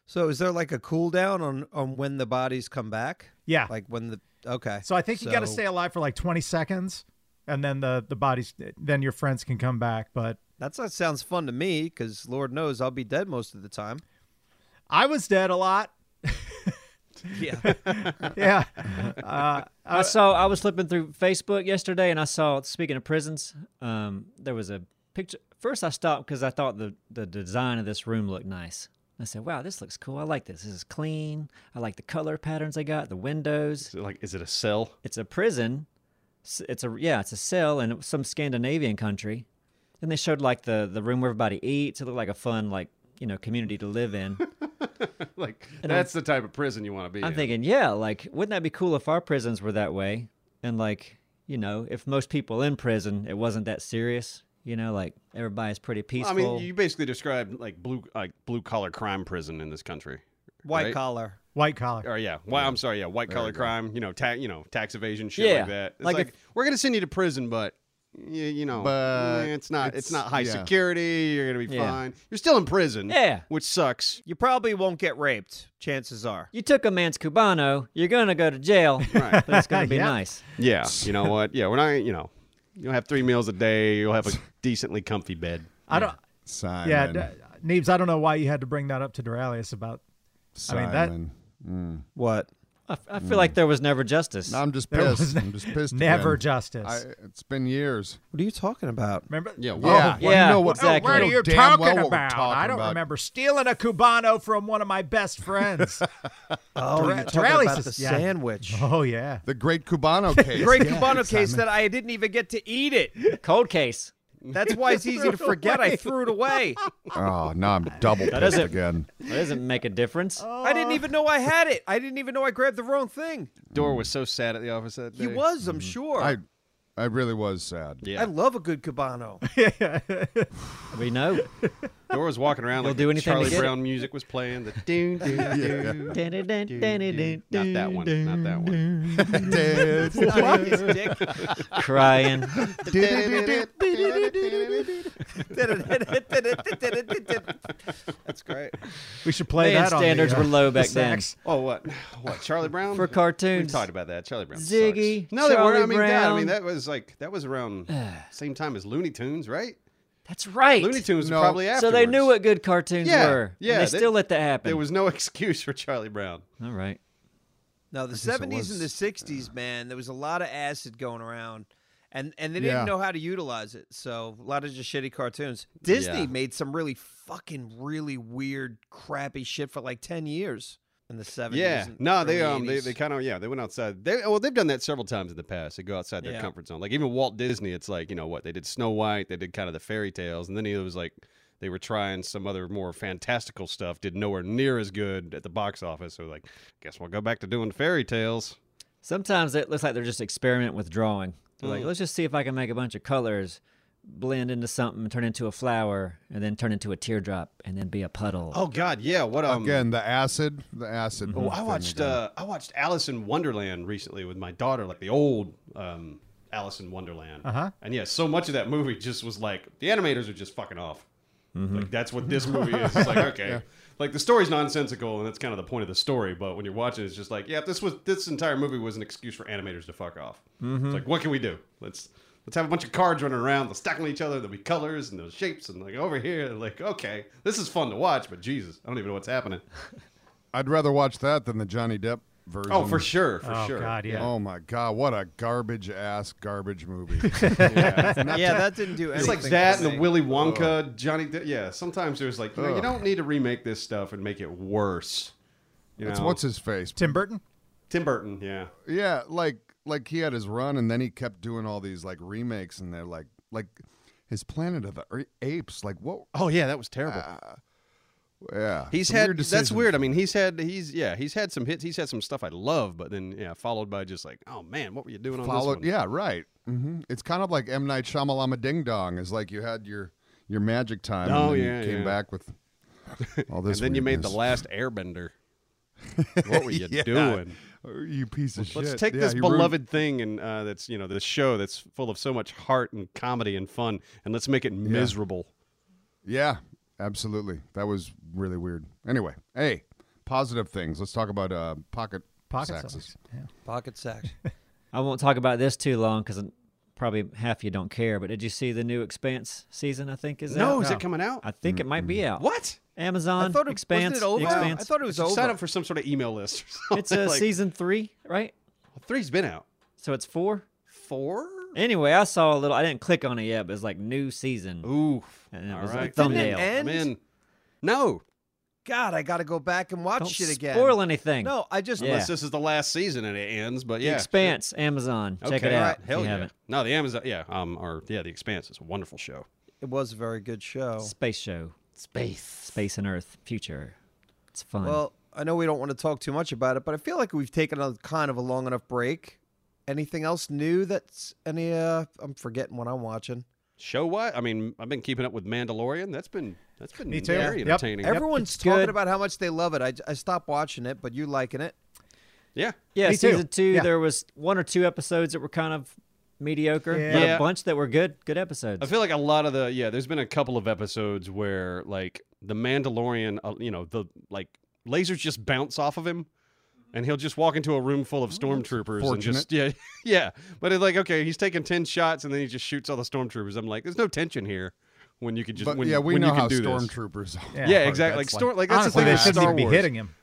A: So, is there like a cooldown on on when the bodies come back?
D: Yeah.
A: Like when the okay.
D: so I think you got to
A: So
D: stay alive for like 20 seconds, and then the the bodies, then your friends can come back. But
A: That's, that sounds fun to me because Lord knows I'll be dead most of the time.
D: I was dead a lot.
A: Yeah.
D: Yeah, uh,
B: I saw, I was flipping through Facebook yesterday and I saw, speaking of prisons, um, there was a picture. First, I stopped because I thought the, the design of this room looked nice. I said, wow, this looks cool. I like this. This is clean. I like the color patterns they got, the windows.
C: So, like, is it a cell?
B: it's a prison. S- It's a yeah, it's a cell in some Scandinavian country. And they showed like the the room where everybody eats. It looked like a fun like you know community to live in.
C: Like that's the type of prison you want to be.
B: I'm
C: in.
B: thinking, yeah, like wouldn't that be cool if our prisons were that way? And like you know, if most people in prison, it wasn't that serious. You know, like everybody's pretty
C: Well, I
B: peaceful.
C: mean, you basically described like blue like blue collar crime prison in this country.
A: White
C: right?
A: collar.
D: white collar.
C: Or yeah, well, I'm sorry, yeah, white collar crime. You know, ta- you know, tax evasion, shit
B: Yeah,
C: like that. It's like,
B: like
C: we're gonna send you to prison, but you, you know,
E: But
C: eh, it's not it's,
E: it's-
C: not high
E: yeah.
C: security. You're gonna be
B: Yeah.
C: fine. You're still in prison.
B: Yeah.
C: which sucks.
A: You probably won't get raped. Chances are.
B: you took a man's cubano, you're gonna go to jail,
C: Right.
B: but it's gonna be
D: Yeah.
B: nice.
C: Yeah, you know what? Yeah, we're not. You know, you'll have three meals a day. You'll have a decently comfy bed.
D: I don't.
E: Simon.
D: Yeah, d- Neebs, I don't know why you had to bring that up to Duralius about. I mean, that-
E: Simon.
A: What?
B: I, I feel like there was never justice.
E: No, I'm just
D: There
E: pissed.
D: was
E: I'm just pissed.
D: Never
E: again.
D: justice.
E: I, it's been years.
A: What are you talking about?
D: remember?
C: Yeah,
E: Oh,
C: yeah.
E: well,
B: yeah,
E: you know what,
B: exactly.
E: I
D: What
E: know
D: are you
E: damn
D: talking
E: well what we're
D: about?
E: talking
D: I don't
E: about.
D: remember stealing a cubano from one of my best friends.
A: Oh,
D: Dra-
A: you're talking
D: Torelli's
A: about the
D: just- yeah.
A: sandwich.
D: oh yeah.
E: The Great Cubano case.
F: Great Cubano case that I didn't even get to eat it.
B: Cold case.
F: That's why it's easy to forget. I threw it away.
E: Oh, now I'm double pissed
B: doesn't-
E: again.
B: That doesn't make a difference.
C: Oh.
F: I didn't even know I had it. I didn't even know I grabbed the wrong thing.
C: Dora was so sad at the office that day.
F: He was,
A: Mm-hmm.
F: I'm sure.
E: I, I really was sad.
C: Yeah.
F: I love a good Cubano.
B: We know.
C: Dora was walking around like
B: do
C: the
B: anything to
C: Charlie
B: get it.
C: Brown music was playing. The doo doo doo. Not
B: Not
C: that one. Not that one.
F: Fuck his dick.
B: Crying.
F: That's great.
D: We should play
B: Man
D: that. on the,
B: standards
D: uh,
B: were low
D: the
B: back then.
D: sax.
C: Oh what? What Charlie Brown
B: For cartoons.
C: We talked about that. Charlie Brown.
B: Ziggy,
C: Sucks. No, they were.
B: Charlie
C: I mean, God, I
B: Brown.
C: mean, that was like that was around same time as Looney Tunes, right?
B: That's right.
C: Looney Tunes
E: No.
C: were probably after.
B: So they knew what good cartoons
C: Yeah,
B: were.
C: yeah,
B: And they,
C: they-
B: still let that happen.
C: There was no excuse for Charlie Brown.
B: All right.
F: Now the
E: it
F: seventies and the
E: was-
F: sixties, man, there was a lot of acid going around, and and they
E: Yeah.
F: didn't know how to utilize it. So a lot of just shitty cartoons. Disney
C: Yeah.
F: made some really fucking really weird, crappy shit for like ten years in the seventies.
C: Yeah. No, they um they, they kind of yeah, they went outside. They well, they've done that several times in the past. They go outside their
F: Yeah.
C: comfort zone. Like even Walt Disney, it's like, you know what, they did Snow White, they did kind of the fairy tales, and then he was like they were trying some other more fantastical stuff, did nowhere near as good at the box office. So like, guess we'll go back to doing fairy tales.
B: Sometimes it looks like they're just experimenting with drawing. They're
F: Mm.
B: like, let's just see if I can make a bunch of colors, blend into something, turn into a flower, and then turn into a teardrop, and then be a puddle.
C: Oh god, yeah. What um
E: Again, the acid, the acid.
C: Oh, I
E: thing
C: watched
E: again.
C: uh, I watched Alice in Wonderland recently with my daughter, like the old um, Alice in Wonderland.
D: Uh-huh.
C: And yeah, so much of that movie just was like the animators are just fucking off. Like that's what this movie is. It's like okay, like the story's nonsensical, and that's kind of the point of the story. But when you're watching, it, it's just like yeah, this was this entire movie was an excuse for animators to fuck off. It's like what can we do? Let's let's have a bunch of cards running around, let's stack on each other. There'll be colors and those shapes, and like over here, and like okay, this is fun to watch, but Jesus, I don't even know what's happening.
E: I'd rather watch that than the Johnny Depp version.
C: Oh, for sure, for
D: Oh
C: sure.
D: God, yeah.
E: Oh my God! What a garbage ass garbage movie.
F: yeah, that didn't do anything.
C: It's like
F: for
C: that and the
F: me.
C: Willy Wonka, Johnny. De- yeah, sometimes there's like you, know, you don't need to remake this stuff and make it worse. You
E: It's
C: know?
E: what's his face.
D: Tim Burton.
C: Tim Burton? Yeah,
E: Yeah, like like he had his run, and then he kept doing all these like remakes, and they're like like his Planet of the A- Apes. Like what?
C: Oh yeah, that was terrible.
E: Yeah,
C: he's
E: some
C: had
E: weird
C: that's
E: decisions.
C: weird. I mean, he's had he's yeah he's had some hits. He's had some stuff I love, but then yeah, followed by just like oh man, what were you doing on this
E: Followed,
C: one?
E: yeah, right. hmm It's kind of like M Night Shyamalama Ding Dong. Is like you had your your magic time,
C: Oh,
E: and then
C: yeah,
E: you came
C: yeah.
E: back with all
C: and
E: this.
C: then you made the
E: weirdness.
C: last Airbender. what were you
E: Yeah.
C: doing?
E: Oh, You piece of shit.
C: Let's take
E: Yeah,
C: this
E: you ruined-
C: beloved thing and uh, that's you know this show that's full of so much heart and comedy and fun, and let's make it miserable.
E: Yeah, absolutely. That was really weird. Anyway, hey, positive things. Let's talk about uh, pocket
D: Pocket
E: saxes.
D: sax. Yeah.
F: pocket sack.
B: I won't talk about this too long because probably half of you don't care. But did you see the new Expanse season? I think is
C: No,
B: out? Oh,
C: is it coming out?
B: I think it might be out.
C: what?
B: Amazon
F: I thought it
B: Expanse.
F: wasn't it over.
B: The Expanse.
F: I thought it was
C: Just
F: over.
C: Sign up for some sort of email list. Or something.
B: it's uh,
C: Like,
B: season three, right?
C: Three's been out.
B: So it's four.
C: Four.
B: Anyway, I saw a little. I didn't click on it yet, but it's like new season.
C: Ooh.
B: And it
C: All
B: was a
C: right.
B: thumbnail. Didn't
F: end?
B: it
C: I'm in. No.
F: God, I got to go back and watch
B: Don't
F: shit again.
B: spoil anything.
F: No, I just
B: Yeah.
C: Unless this is the last season and it ends, but
B: The
C: yeah.
B: Expanse, Amazon.
C: Okay.
B: Check it out. if
C: Hell
B: you
C: yeah.
B: haven't.
C: No, the Amazon. Yeah. Um. Or yeah, the Expanse is a wonderful show.
F: it was a very good show.
B: Space show. Space. Space and Earth. Future. It's fun.
F: Well, I know we don't want to talk too much about it, but I feel like we've taken a kind of a long enough break. Anything else new that's any uh I'm forgetting what I'm watching.
C: Show what? I mean, I've been keeping up with Mandalorian. That's been that's been
D: Me too.
C: very
D: Yep.
C: entertaining.
F: Everyone's talking
B: good.
F: about how much they love it. I, I stopped watching it, but you liking it.
C: Yeah.
B: yeah,
D: me too.
B: season two,
D: Yeah.
B: there was one or two episodes that were kind of mediocre,
D: Yeah.
B: but
C: Yeah.
B: a bunch that were good, good episodes.
C: I feel like a lot of the yeah. There's been a couple of episodes where like the Mandalorian, uh, you know, the like lasers just bounce off of him, and he'll just walk into a room full of stormtroopers and
E: Oh, fortunate.
C: just yeah, yeah. But it's like okay, he's taking ten shots and then he just shoots all the stormtroopers. I'm like, there's no tension here when you can just
E: But
C: when,
E: yeah, we
C: when
E: know
C: you can
E: how
C: do this.
E: stormtroopers.
D: Yeah.
C: Yeah,
E: are.
C: exactly. Like,
E: That's
C: storm, like that's
D: Honestly,
C: the
D: they
C: thing with
D: shouldn't
C: Star
D: even be
C: Wars.
D: hitting him.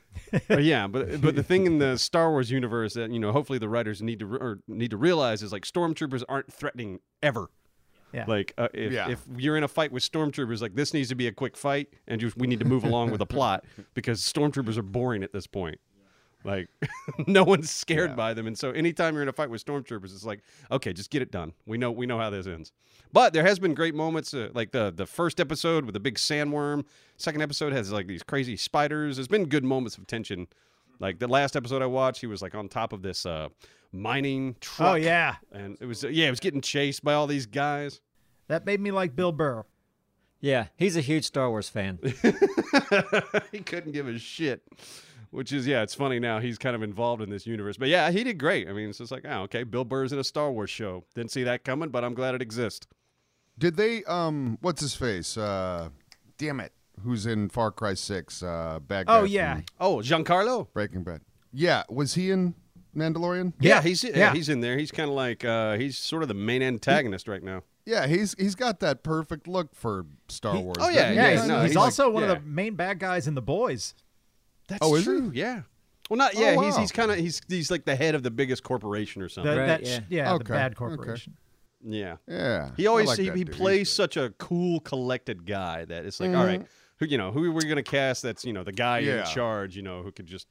C: Uh, yeah, but but the thing in the Star Wars universe that you know, hopefully the writers need to re- or need to realize is like stormtroopers aren't threatening ever.
D: Yeah.
C: Like uh, if,
E: Yeah.
C: if you're in a fight with stormtroopers, like this needs to be a quick fight, and just, we need to move along with the plot because stormtroopers are boring at this point. Like no one's scared by them, and so anytime you're in a fight with stormtroopers, it's like okay, just get it done. We know we know how this ends. But there has been great moments, uh, like the the first episode with the big sandworm. Second episode has like these crazy spiders. There's been good moments of tension. Like the last episode I watched, he was like on top of this uh, mining truck.
D: Oh yeah,
C: and it was yeah, it was getting chased by all these guys.
D: that made me like Bill Burr.
B: Yeah, he's a huge Star Wars fan.
C: he couldn't give a shit. Which is yeah, it's funny now. He's kind of involved in this universe, but yeah, he did great. I mean, it's just like oh, okay, Bill Burr's in a Star Wars show. Didn't see that coming, but I'm glad it exists.
E: Did they? Um, what's his face? Uh, damn it, who's in Far Cry Six? Uh, bad guy
D: Oh yeah,
E: from
C: Oh, Giancarlo.
E: Breaking Bad. Yeah, was he in Mandalorian?
C: Yeah, he's yeah,
D: yeah.
C: he's in there. He's kind of like uh, he's sort of the main antagonist right now.
E: Yeah, he's he's got that perfect look for Star Wars.
C: oh, yeah,
E: doesn't he?
D: yeah.
C: yeah,
D: he's,
C: no,
D: he's
C: he's like-
D: also one
C: yeah.
D: of the main bad guys in The Boys.
C: That's
E: Oh, is he?
C: true. Oh, Yeah. Well, not yeah. He's
E: wow.
C: he's kind of he's he's like the head of the biggest corporation or
D: The,
C: something.
B: Oh, Right,
D: that,
B: yeah.
D: sh- yeah, the
E: Okay,
D: bad
E: okay.
D: corporation.
C: yeah.
E: Yeah,
C: He
E: I
C: always
E: like
C: he,
E: that
C: he
E: dude.
C: plays such a cool, collected guy that it's like all right, who you know who are we gonna cast? That's you know the guy
E: Yeah.
C: in charge. You know who could just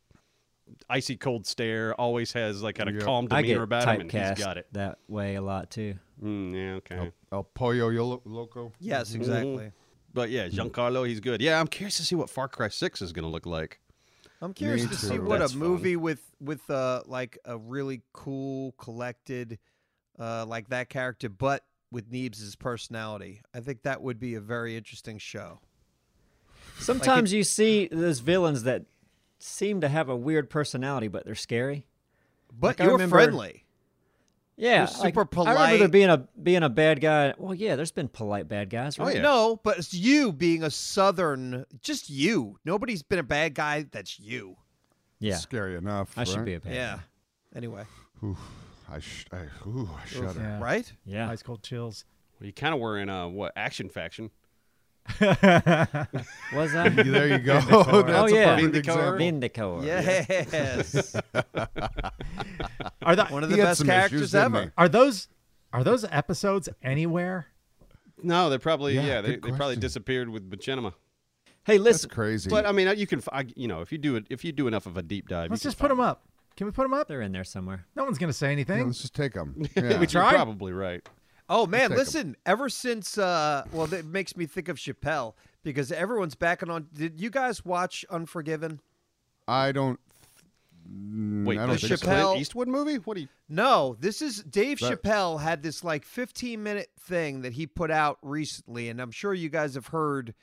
C: icy cold stare. Always has like kind of
E: Yep.
C: calm
B: I
C: demeanor
B: get
C: about him, and
B: typecast
C: he's got it.
B: that way a lot too.
C: Mm, yeah. Okay.
E: El Pollo Yolo- Loco.
A: Yes, exactly.
C: But yeah, Giancarlo, he's good. Yeah, I'm curious to see what Far Cry Six is gonna look like.
A: I'm curious to see
E: too.
A: what
C: That's
A: a
C: fun.
A: movie with with uh like a really cool, collected, uh like that character, but with Neebs' personality. I think that would be a very interesting show.
B: Sometimes you see those villains that seem to have a weird personality, but they're scary.
A: But
B: Like, I
A: you're
B: remember-
A: friendly. They're
B: Yeah,
A: super
B: I remember there
A: polite.
B: being a being a bad guy. Well, yeah, there's been polite bad guys. Right?
C: Oh, yeah.
A: No, but it's you being a southern, just you. Nobody's been a bad guy. That's you.
B: yeah,
E: Scary enough.
B: I should
E: right?
B: be a bad.
A: Yeah.
B: guy.
A: Anyway,
E: I, sh- I, ooh, I shudder.
D: Yeah.
A: right?
B: yeah.
D: Ice cold chills.
C: Well, you kind of were in uh, what action faction?
B: Was I?
E: There you go. That's
B: Oh, yeah.
E: a perfect
C: Vindicor.
E: example.
B: Vindicor.
A: Yes.
D: Are the
A: One of the
E: He had
A: best
E: some issues,
A: characters
E: didn't
A: ever.
D: are those are those episodes anywhere?
C: No, they probably yeah,
E: Yeah,
C: they,
E: good
C: they probably
E: question.
C: disappeared with Machinima.
B: Hey,
E: It's
B: listen,
E: crazy.
C: But I mean, you can fi- you know if you do it if you do enough of a deep dive,
D: Let's
C: you
D: just put them up. Can we put them up?
B: they're in there somewhere.
D: No one's gonna say
E: Yeah,
D: anything.
E: let's just take them.
C: can
E: Yeah.
C: find- You're
D: tried.
C: probably right.
A: Oh man,
E: take 'em.
A: listen. Ever since, uh, well, it makes me think of Chappelle because everyone's backing on. Did you guys watch Unforgiven?
E: I don't.
C: Wait,
E: I
C: the
E: don't
C: Clint
E: think so.
A: Chappelle-
C: Eastwood movie? What do you?
A: No, this is Dave
E: That-
A: Chappelle had this like 15 minute thing that he put out recently, and I'm sure you guys have heard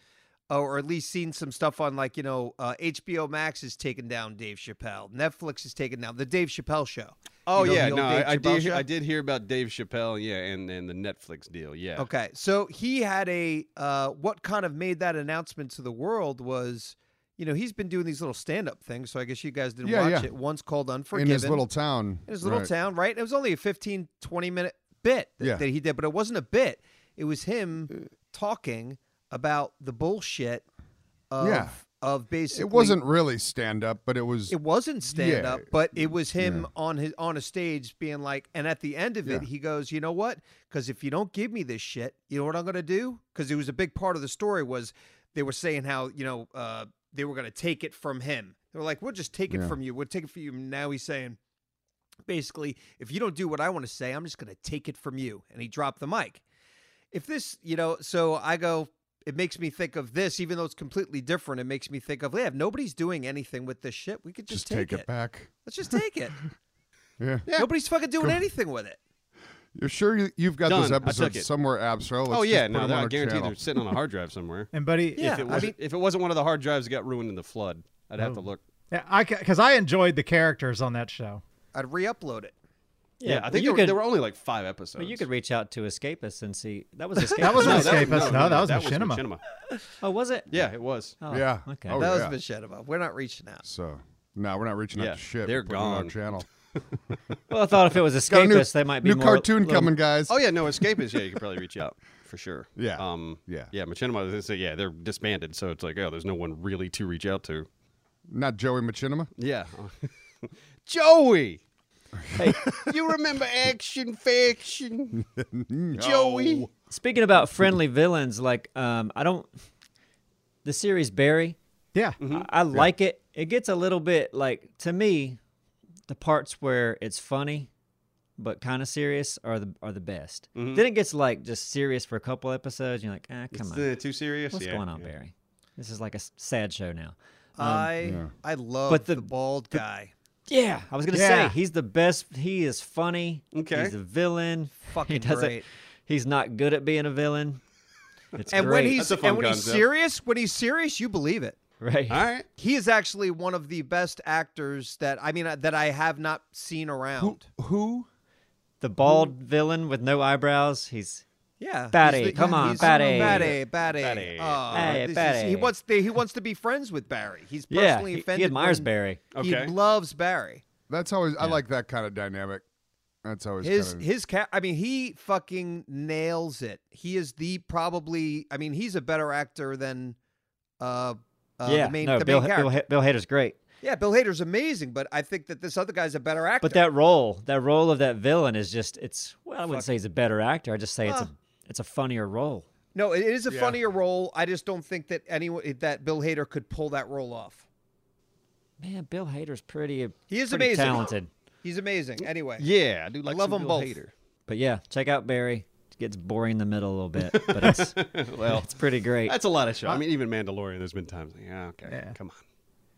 A: uh, or at least seen some stuff on like you know uh, HBO Max is taking down Dave Chappelle, Netflix is taking down the Dave Chappelle show.
C: Oh
A: You know,
C: yeah,
A: the old
C: no,
A: Dave
C: I, I
A: Chappelle
C: did.
A: show?
C: I did hear about Dave Chappelle, yeah, and and the Netflix deal, yeah.
A: Okay, so he had a uh, what kind of made that announcement to the world was, you know, he's been doing these little stand-up things. So I guess you guys didn't
E: Yeah,
A: watch
E: yeah.
A: it. One's called
E: In
A: Unforgiven.
E: his little town.
A: in his little
E: Right.
A: town, right? It was only a 15, 20 minute bit that,
E: Yeah. Uh,
A: that he did, but it wasn't a bit. It was him talking about the bullshit of
E: Yeah.
A: of basically.
E: It wasn't really stand up, but it was.
A: It wasn't stand up,
E: Yeah.
A: but it was him on his on a stage being like, and at the end of it,
E: Yeah.
A: he goes, "You know what? Because if you don't give me this shit, you know what I'm gonna do? Because it was a big part of the story was they were saying how you know uh, they were gonna take it from him. They were like, we'll just take it
E: Yeah.
A: from you. We'll take it from you. Now he's saying, basically, if you don't do what I want to say, I'm just gonna take it from you. And he dropped the mic. If this, you know, so I go, it makes me think of this, even though it's completely different. It makes me think of, yeah, if nobody's doing anything with this shit, we could
E: just
A: just, take, it.
E: back.
A: Let's just take it.
E: Yeah.
A: Nobody's fucking doing anything with it.
E: You're sure you, you've got
C: Done.
E: this
C: I took
E: episode
C: it.
E: somewhere, Abstro? Let's
C: oh yeah,
E: just put
C: no,
E: 'em on
C: I
E: our
C: guarantee
E: channel.
C: they're sitting on a hard drive somewhere.
D: And buddy,
A: Yeah.
C: if
A: I
C: it wasn't, if it wasn't one of the hard drives that got ruined in the flood, I'd have to look.
D: yeah, I because I enjoyed the characters on that show.
A: I'd re-upload it.
C: Yeah, I
B: but
C: think
B: you
C: there, were
B: could,
C: there were only like five episodes.
B: But you could reach out to Escapist and see that was Escapist.
D: That wasn't
B: No,
D: Escapist.
C: was-
D: No, that was Machinima.
B: Oh, was it?
C: Yeah, it was.
B: Oh,
E: Yeah.
B: Okay.
E: Oh,
A: That
E: yeah.
A: was Machinima. We're not reaching out.
E: So, no, we're not reaching
C: Yeah,
E: out to shit.
C: they're
E: We're putting 'em on
C: gone.
E: our channel.
B: Well, I thought if it was
E: Got a new,
B: Escapist, they might be
E: new
B: more
E: cartoon
B: little-
E: coming, guys.
C: Oh yeah, no escapist. Yeah, you could probably reach out for sure.
E: Yeah.
C: Um.
E: Yeah.
C: Yeah, Machinima. They say yeah, they're disbanded, so it's like oh, there's no one really to reach out to.
E: Not Joey Machinima.
C: Yeah. Joey! you remember Action Faction? Joey?
B: Speaking about friendly villains, like um, I don't the series Barry.
D: Yeah.
E: Mm.
B: I, I like it. It gets a little bit like to me, the parts where it's funny but kind of serious are the are the best. Then it gets like just serious for a couple episodes. You're like, ah, come
C: It's,
B: on,
C: uh, too serious?
B: what's
C: Yeah,
B: going on,
C: yeah.
B: Barry? This is like a s- sad show now.
E: Um,
A: I I love
B: But
A: the,
B: the-
A: bald guy.
B: Yeah, I was gonna
D: Yeah.
B: say he's the best. He is funny.
C: Okay.
B: he's a villain. he
A: Fucking
B: doesn't.
A: great.
B: He's not good at being a villain. It's
A: And
B: great,
A: when he's
C: That's a fun
A: and when he's
C: concept.
A: serious, when he's serious, you believe it.
B: right.
C: All right.
A: He is actually one of the best actors that I mean uh, that I have not seen around.
E: Who?
B: The bald villain with no eyebrows. He's
A: Yeah,
B: Batty,
A: he's the-
B: come
A: yeah,
B: on,
A: he's-
B: Batty.
A: Batty, Batty,
C: Batty.
A: Oh,
B: Hey,
A: this is-
B: Batty.
A: he wants to, he wants to be friends with Barry. He's
B: yeah.
A: personally
B: He,
A: offended.
B: he admires
A: when-
B: Barry.
C: Okay.
A: He loves Barry.
E: That's always. I like that kind of dynamic. That's always
A: His
E: kinda,
A: his cat. I mean, he fucking nails it. He is the probably. I mean, he's a better actor than uh, uh
B: yeah.
A: the main,
B: no,
A: the
B: Bill,
A: main
B: Bill,
A: character.
B: Ha- Bill Hader's great.
A: yeah, Bill Hader's amazing, but I think that this other guy's a better actor.
B: But that role, that role of that villain is just it's well, I wouldn't say he's a better actor. I just say it's a it's a funnier role.
A: no, it is a funnier role. I just don't think that anyone that Bill Hader could pull that role off.
B: Man, Bill Hader's pretty uh,
A: He is
B: pretty
A: amazing.
B: talented.
A: He's amazing. Anyway,
C: Yeah, I do like
A: love
C: some
A: 'em
C: Bill
A: both.
C: Hader.
B: But yeah, check out Barry. It gets boring in the middle a little bit, but it's
C: Well,
B: it's pretty great.
C: that's a lot of show. I mean, even Mandalorian, there's been times like, yeah, okay,
D: Yeah.
C: come on.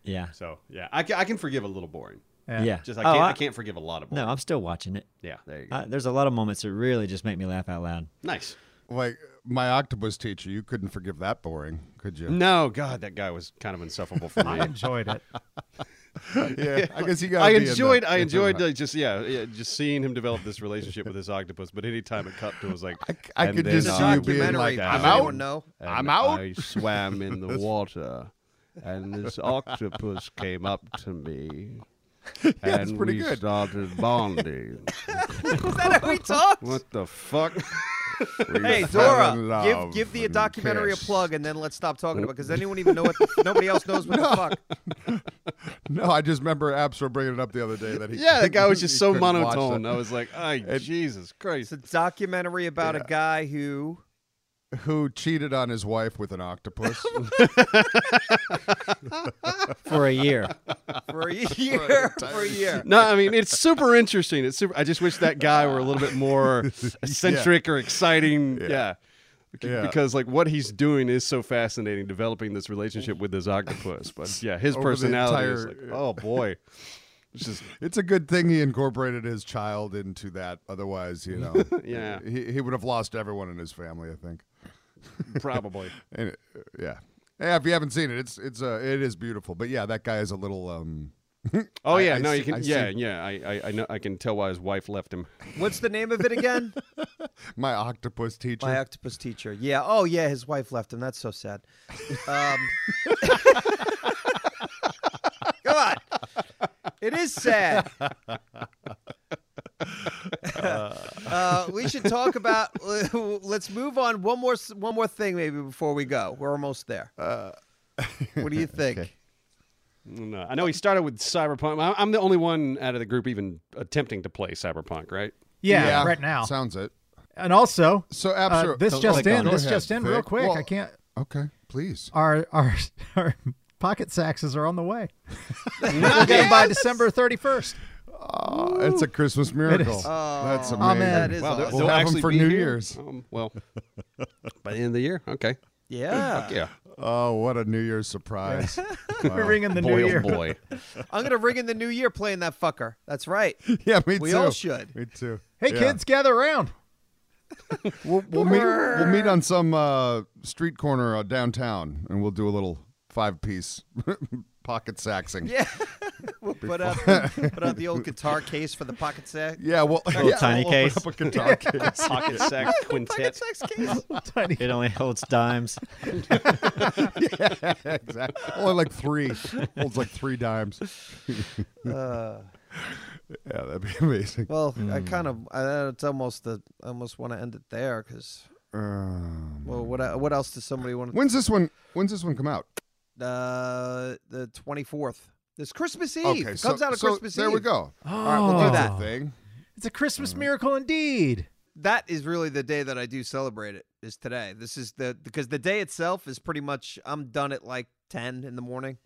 B: yeah.
C: So, yeah, I, ca- I can forgive a little boring.
B: Yeah.
C: Just I
B: Oh, Uh,
C: can't, I, can't forgive a lot of boring.
B: No, I'm still watching it.
C: Yeah, there you go.
B: I, there's a lot of moments that really just make me laugh out loud.
C: nice.
E: like my octopus teacher. You couldn't forgive that boring, could you?
C: No, God, that guy was kind of insufferable for me.
D: I enjoyed it.
E: yeah, I guess you got.
C: I enjoyed, I enjoyed uh, just yeah, yeah, just seeing him develop this relationship with this octopus. But anytime it cut to, it was like
E: I
C: and
E: could
C: then uh,
E: just
A: it's a
E: see you being
A: documentary.
E: like,
A: does
E: "I'm
A: anyone
E: out."
A: know?
C: and
E: I'm out.
C: I swam in the water, and this octopus came up to me,
E: that's
C: and
E: pretty
C: we
E: good.
C: started bonding.
A: Is that how he talks?
C: what the fuck?
A: Hey
E: fell
A: Dora,
E: in
A: give
E: love
A: give the
E: and
A: documentary a
E: kissed.
A: plug, and then let's stop talking about because anyone even know what nobody else knows what the fuck.
E: No, I just remember Absor bringing it up the other day that he.
C: yeah, that guy was
E: he
C: just so
E: couldn't watch
C: monotone.
E: that.
C: I was like, "Ay, Jesus Christ!"
A: It's a documentary about a guy who
E: Who cheated on his wife with an octopus?
B: For a year.
A: for a year for a year.
C: No, I mean it's super interesting. It's super. I just wish that guy were a little bit more eccentric or exciting. Yeah. C-
E: Yeah.
C: Because like what he's doing is so fascinating, developing this relationship with this octopus. But yeah, his
E: Over the
C: personality is
E: entire-
C: like, oh boy, it's just
E: it's a good thing he incorporated his child into that. Otherwise, you know,
C: Yeah.
E: he, he would have lost everyone in his family. I think.
C: probably.
E: And it, yeah, yeah. If you haven't seen it, it's it's uh, it is beautiful. But yeah, that guy is a little um.
C: Oh
E: I-
C: yeah,
E: I
C: no,
E: see-
C: you can.
E: I see.
C: yeah, yeah. I, I, I know. I can tell why his wife left him.
A: What's the name of it again?
E: My octopus teacher.
A: My octopus teacher. Yeah. Oh yeah, his wife left him. That's so sad. Um, come on, it is sad. Uh, we should talk about. Let's move on. One more. One more thing, maybe before we go. We're almost there. what do you think?
C: No, uh, I know he started with cyberpunk. I- I'm the only one out of the group even attempting to play cyberpunk, right?
D: Yeah, right now.
E: Sounds it.
D: and also,
E: So
D: uh,
E: Absor,
D: this
E: oh,
D: just
E: go
D: in, this
E: ahead,
D: just in, real
E: Vic.
D: quick.
E: Well,
D: I can't.
E: Okay, please.
D: Our our our pocket saxes are on the way. we will get them by December thirty first.
E: Oh, it's a Christmas miracle.
D: is.
E: That's amazing.
D: Oh, man.
A: That is
C: Wow, they'll,
A: awesome.
E: We'll
C: they'll
E: have 'em
C: actually
E: for
C: be
E: New
C: here?
E: Year's.
C: Um, well, by the end of the year, okay.
A: Yeah.
C: Yeah,
E: Oh, what a New Year's surprise.
D: We're ringing the
C: boy,
D: new
C: oh
D: year.
C: boy.
A: I'm gonna ring in the new year playing that fucker. That's right.
E: yeah, me too.
A: We all should.
E: Me too.
D: Hey
E: Yeah.
D: kids, gather around.
E: We'll, we'll, meet, we'll meet on some uh, street corner uh, downtown and we'll do a little five piece pocket saxing.
A: Yeah. we'll put out put out the old guitar case for the pocket sack.
E: Yeah, well, yeah,
B: tiny
E: we'll open
B: case.
E: up a guitar case.
C: Pocket sack quintet.
D: Tiny.
B: It only holds dimes.
E: exactly. Only like three. Holds like three dimes. yeah, that'd be amazing.
A: Well,
E: Hmm.
A: I kind of I, it's almost the I almost want to end it there because
E: Um,
A: well, what what else does somebody want? to
E: when's this one? When's this one come out?
A: uh, the 24th. It's Christmas Eve.
E: Okay,
A: it
E: so,
A: comes out on
E: so
A: Christmas
E: there
A: Eve.
E: we go.
D: Oh,
A: right, we'll do
E: That's
A: that.
E: a thing.
D: It's a Christmas
E: Mm.
D: miracle indeed.
A: That is really the day that I do celebrate it. Is today. This is the because the day itself is pretty much I'm done at like 10 in the morning.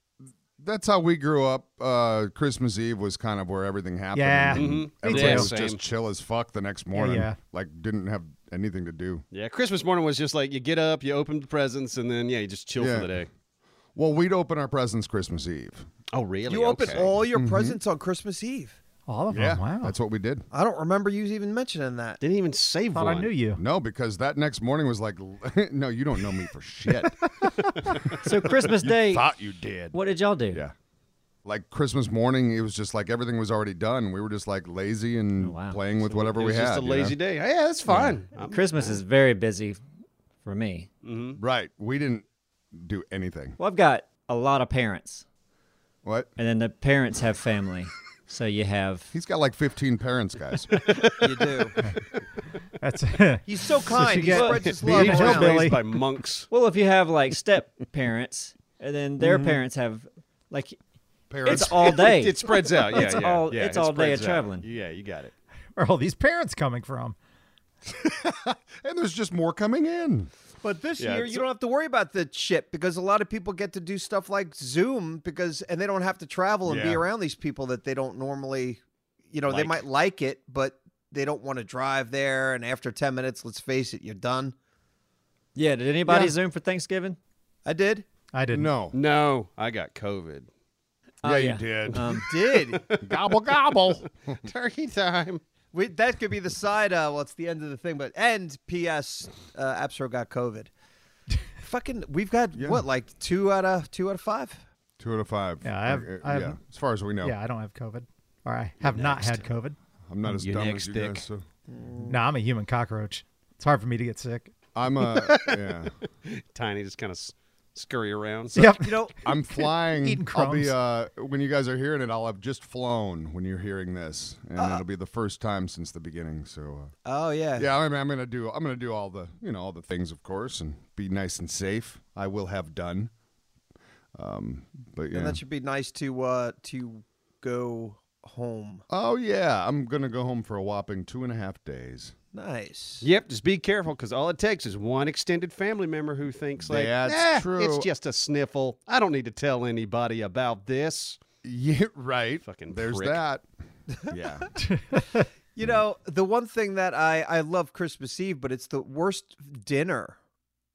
E: That's how we grew up. Uh, Christmas Eve was kind of where everything happened.
D: Yeah.
E: and
C: Mhm. Me
E: Everybody
C: too.
E: was
C: Same.
E: just chill as fuck the next morning.
D: yeah.
E: Like, didn't have anything to do.
C: Yeah, Christmas morning was just like you get up, you open the presents, and then yeah, you just chill
E: Yeah.
C: for the day.
E: Well, we'd open our presents Christmas Eve.
C: Oh, really?
A: You open
C: Okay.
A: all
E: Mm-hmm.
A: your presents on Christmas Eve.
D: All of
E: yeah.
D: them. Oh, Wow.
E: That's what we did.
A: I don't remember you even mentioning that.
C: Didn't even save
D: Thought
C: one.
D: I knew you.
E: No, because that next morning was like, no, you don't know me for shit.
B: So Christmas Day,
E: Thought you did.
B: what did y'all do?
E: Yeah. Like Christmas morning, it was just like everything was already done. We were just like lazy and
B: wow.
E: playing with
C: It
E: whatever
C: was
E: we had.
C: just a
E: you know?
C: lazy day. Yeah, that's fine. I'm-
B: Christmas is very busy for me.
E: Right. We didn't do anything.
B: Well, I've got a lot of parents,
E: What?
B: and then the parents have family. so you have
E: He's got like 15 parents, guys.
A: You do.
D: That's
A: He's so kind. he
D: get-
A: spreads his
D: Being
A: love
C: He was
D: Well,
A: around.
D: Billy.
C: raised by monks.
B: well, if you have like step parents, and then their parents have like
E: parents.
B: it's all day.
C: It, spreads out. Yeah,
B: It's
C: yeah,
B: all-
C: yeah,
B: it's
C: it
B: all day of
C: spreads out.
B: traveling.
C: Yeah, you got it.
D: where all these parents coming from.
E: and there's just more coming in.
A: But this
C: Yeah,
A: year,
C: it's-
A: you don't have to worry about the shit because a lot of people get to do stuff like Zoom because, and they don't have to travel and be
E: Yeah.
A: around these people that they don't normally, you know, they
C: Like.
A: might like it, but they don't want to drive there. And after 10 minutes, let's face it, you're done.
B: yeah. Did anybody
A: Yeah.
B: zoom for Thanksgiving?
A: I did.
D: I didn't.
E: No.
C: No, I got COVID.
B: Oh, yeah.
E: did.
A: Uh, Um. Did.
E: gobble, gobble.
C: Turkey time.
A: we, that could be the side. Uh, well, it's the end of the thing, but and P.S. Uh, Absro got COVID. Fucking, we've got what, like two out of two out of five.
E: Two out of five.
D: Yeah, I have-
E: Uh,
D: I have-
E: yeah, as far as we know.
D: Yeah, I don't have COVID. Or I have not had COVID.
E: I'm not as
C: You
E: dumb
C: next
E: as you
C: dick.
E: guys. So.
D: No, I'm a human cockroach. It's hard for me to get sick.
E: I'm a, yeah.
C: Tiny just kind of s- scurry around.
D: yep.
A: You know,
E: I'm flying.
D: Eating
E: I'll
D: crumbs.
E: be uh, when you guys are hearing it, I'll have just flown when you're hearing this, and it'll be the first time since the beginning. So uh,
A: oh yeah,
E: yeah, I mean, I'm gonna do. I'm gonna do all the you know all the things, of course, and be nice and safe. I will have done. Um, but
A: And
E: yeah.
A: that should be nice to uh to go home.
E: oh yeah, I'm gonna go home for a whopping two and a half days.
A: Nice.
C: Yep, just be careful because all it takes is one extended family member who thinks like,
E: That's
C: "Nah,
E: true."
C: It's just a sniffle. I don't need to tell anybody about this.
E: Yeah, right.
C: Fucking
E: There's
C: prick.
E: that. Yeah.
A: You know, the one thing that I I love Christmas Eve, but it's the worst dinner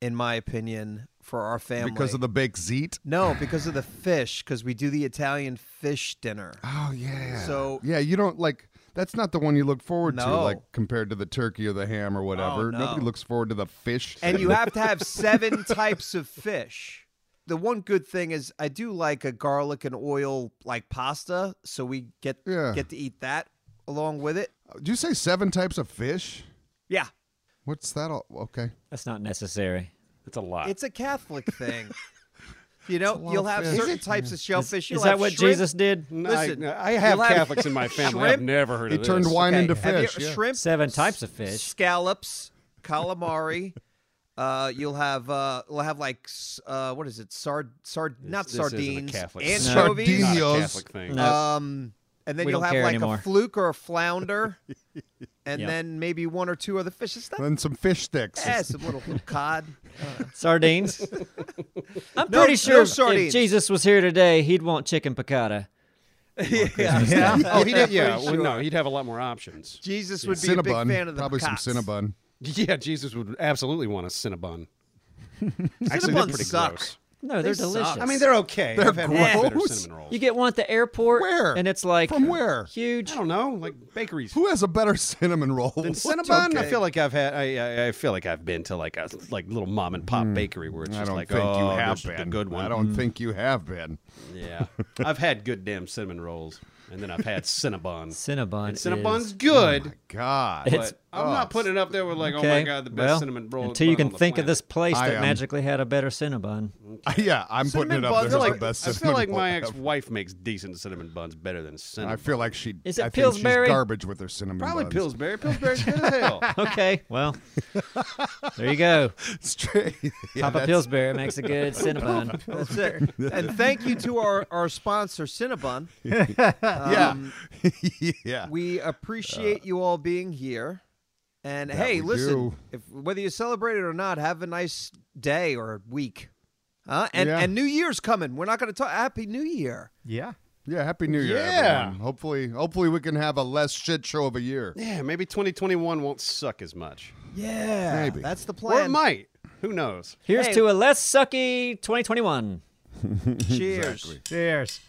A: in my opinion for our family.
E: because of the baked zeet.
A: No, because of the fish cuz we do the Italian fish dinner.
E: Oh yeah.
A: So-
E: yeah, you don't like. That's not the one you look forward to,
A: No.
E: like compared to the turkey or the ham or whatever.
A: no.
E: Nobody looks forward to the fish.
A: And you have to have seven types of fish. The one good thing is I do like a garlic and oil like pasta, so we get
E: Yeah.
A: get to eat that along with it.
E: Did you say seven types of fish?
A: Yeah.
E: What's that? All? Okay.
B: That's not necessary.
C: It's a lot.
A: It's a Catholic thing. you know,
E: lot
A: you'll
E: of
A: have
E: fish.
A: certain types of shellfish. You'll
B: Is that
A: have
B: what
A: shrimp.
B: Jesus did?
C: No,
A: listen,
C: I, I have
A: you'll have
C: Catholics in my family. I've
A: shrimp.
C: never heard
E: He
C: of
E: turned
C: this.
E: wine
A: Okay,
E: into
A: have you-
E: fish. yeah.
A: Shrimp,
B: Seven types of fish.
A: scallops, calamari. Uh, you'll have uh, we'll have like s- uh, what is it? Sard, sard, not
C: this isn't a
A: sardines,
C: Catholic thing. No.
A: anchovies.
C: Not a
E: Jalapenos.
C: Catholic thing.
B: No.
A: Um, and then
B: We
A: you'll
B: don't
A: have
B: care
A: like
B: anymore.
A: a fluke or a flounder, and
B: Yeah.
A: then maybe one or two other fish. It's not
E: And some fish sticks.
A: yeah, some little cod.
B: Sardines. I'm
A: No-
B: pretty
A: no
B: sure if- if
A: sardines.
B: Jesus was here today, he'd want chicken piccata.
D: Yeah.
C: oh, he did. Yeah, well, no, he'd have a lot more options.
A: Jesus would be a
E: Cinnabon.
A: big fan of the
E: probably
A: cocks.
E: some Cinnabon.
C: Yeah, Jesus would absolutely want a Cinnabon. Actually, they're
A: Cinnabons
C: pretty
A: suck.
C: gross.
B: No, they're
A: They suck.
B: delicious.
C: I mean, they're okay. They're I've had much better
E: gross.
C: cinnamon rolls.
B: you get one at the airport,
E: Where?
B: and it's like
E: From where?
B: Huge.
C: I don't know, like bakeries.
E: Who has a better cinnamon roll?
C: Than
E: What?
C: Cinnabon, I
A: okay.
C: feel like I've had. I, I, I feel like I've been to like a like little mom and pop bakery where it's
E: Hmm. I
C: just
E: don't
C: like,
E: think
C: oh,
E: you have
C: this is the
E: been.
C: good one.
E: I don't think you have been.
C: Yeah, I've had good damn cinnamon rolls, and then I've had Cinnabon.
B: Cinnabon.
C: And Cinnabon's
B: is-
C: good,
E: God.
B: It's
C: but I'm not putting it up there with like, oh my god, the best
B: well,
C: cinnamon roll.
B: Until you
C: bun
B: can
C: on the
B: think of
C: planet.
B: this place
E: I
B: that
E: am-
B: magically had a better Cinnabon.
E: yeah, I'm putting it up there
C: buns. I
E: as
C: feel
E: the
C: like,
E: best
C: I feel
E: cinnamon
C: like
E: roll
C: my
E: ever.
C: ex-wife makes decent cinnamon buns better than cinnamon.
E: I feel like she.
B: Is it
E: I think
B: Pillsbury?
E: She's garbage with her cinnamon.
C: Probably
E: buns.
C: Pillsbury. Pillsbury's good as hell.
B: Okay, well, there you go.
E: Straight. Yeah,
B: Papa
E: that's-
B: Pillsbury makes a good Cinnabon.
A: That's it. And thank you to our, our sponsor, Cinnabon. Um,
E: Yeah.
B: Um,
E: yeah.
A: We appreciate you all being here. And
E: That
A: hey,
E: we
A: listen,
E: do.
A: if, whether you celebrate it or not, have a nice day or week. Huh? And,
E: Yeah.
A: and New Year's coming. We're not going to talk. Happy New Year.
D: Yeah.
E: Yeah. Happy New Year,
C: Yeah.
E: everyone. Hopefully, hopefully we can have a less shit show of a year.
C: yeah, maybe 2021 won't suck as much,
A: Yeah.
E: Maybe.
A: That's the
C: or it
A: plan.
C: might. Who knows?
B: Here's
A: Hey.
B: to a less sucky 2021.
A: Cheers.
D: Cheers.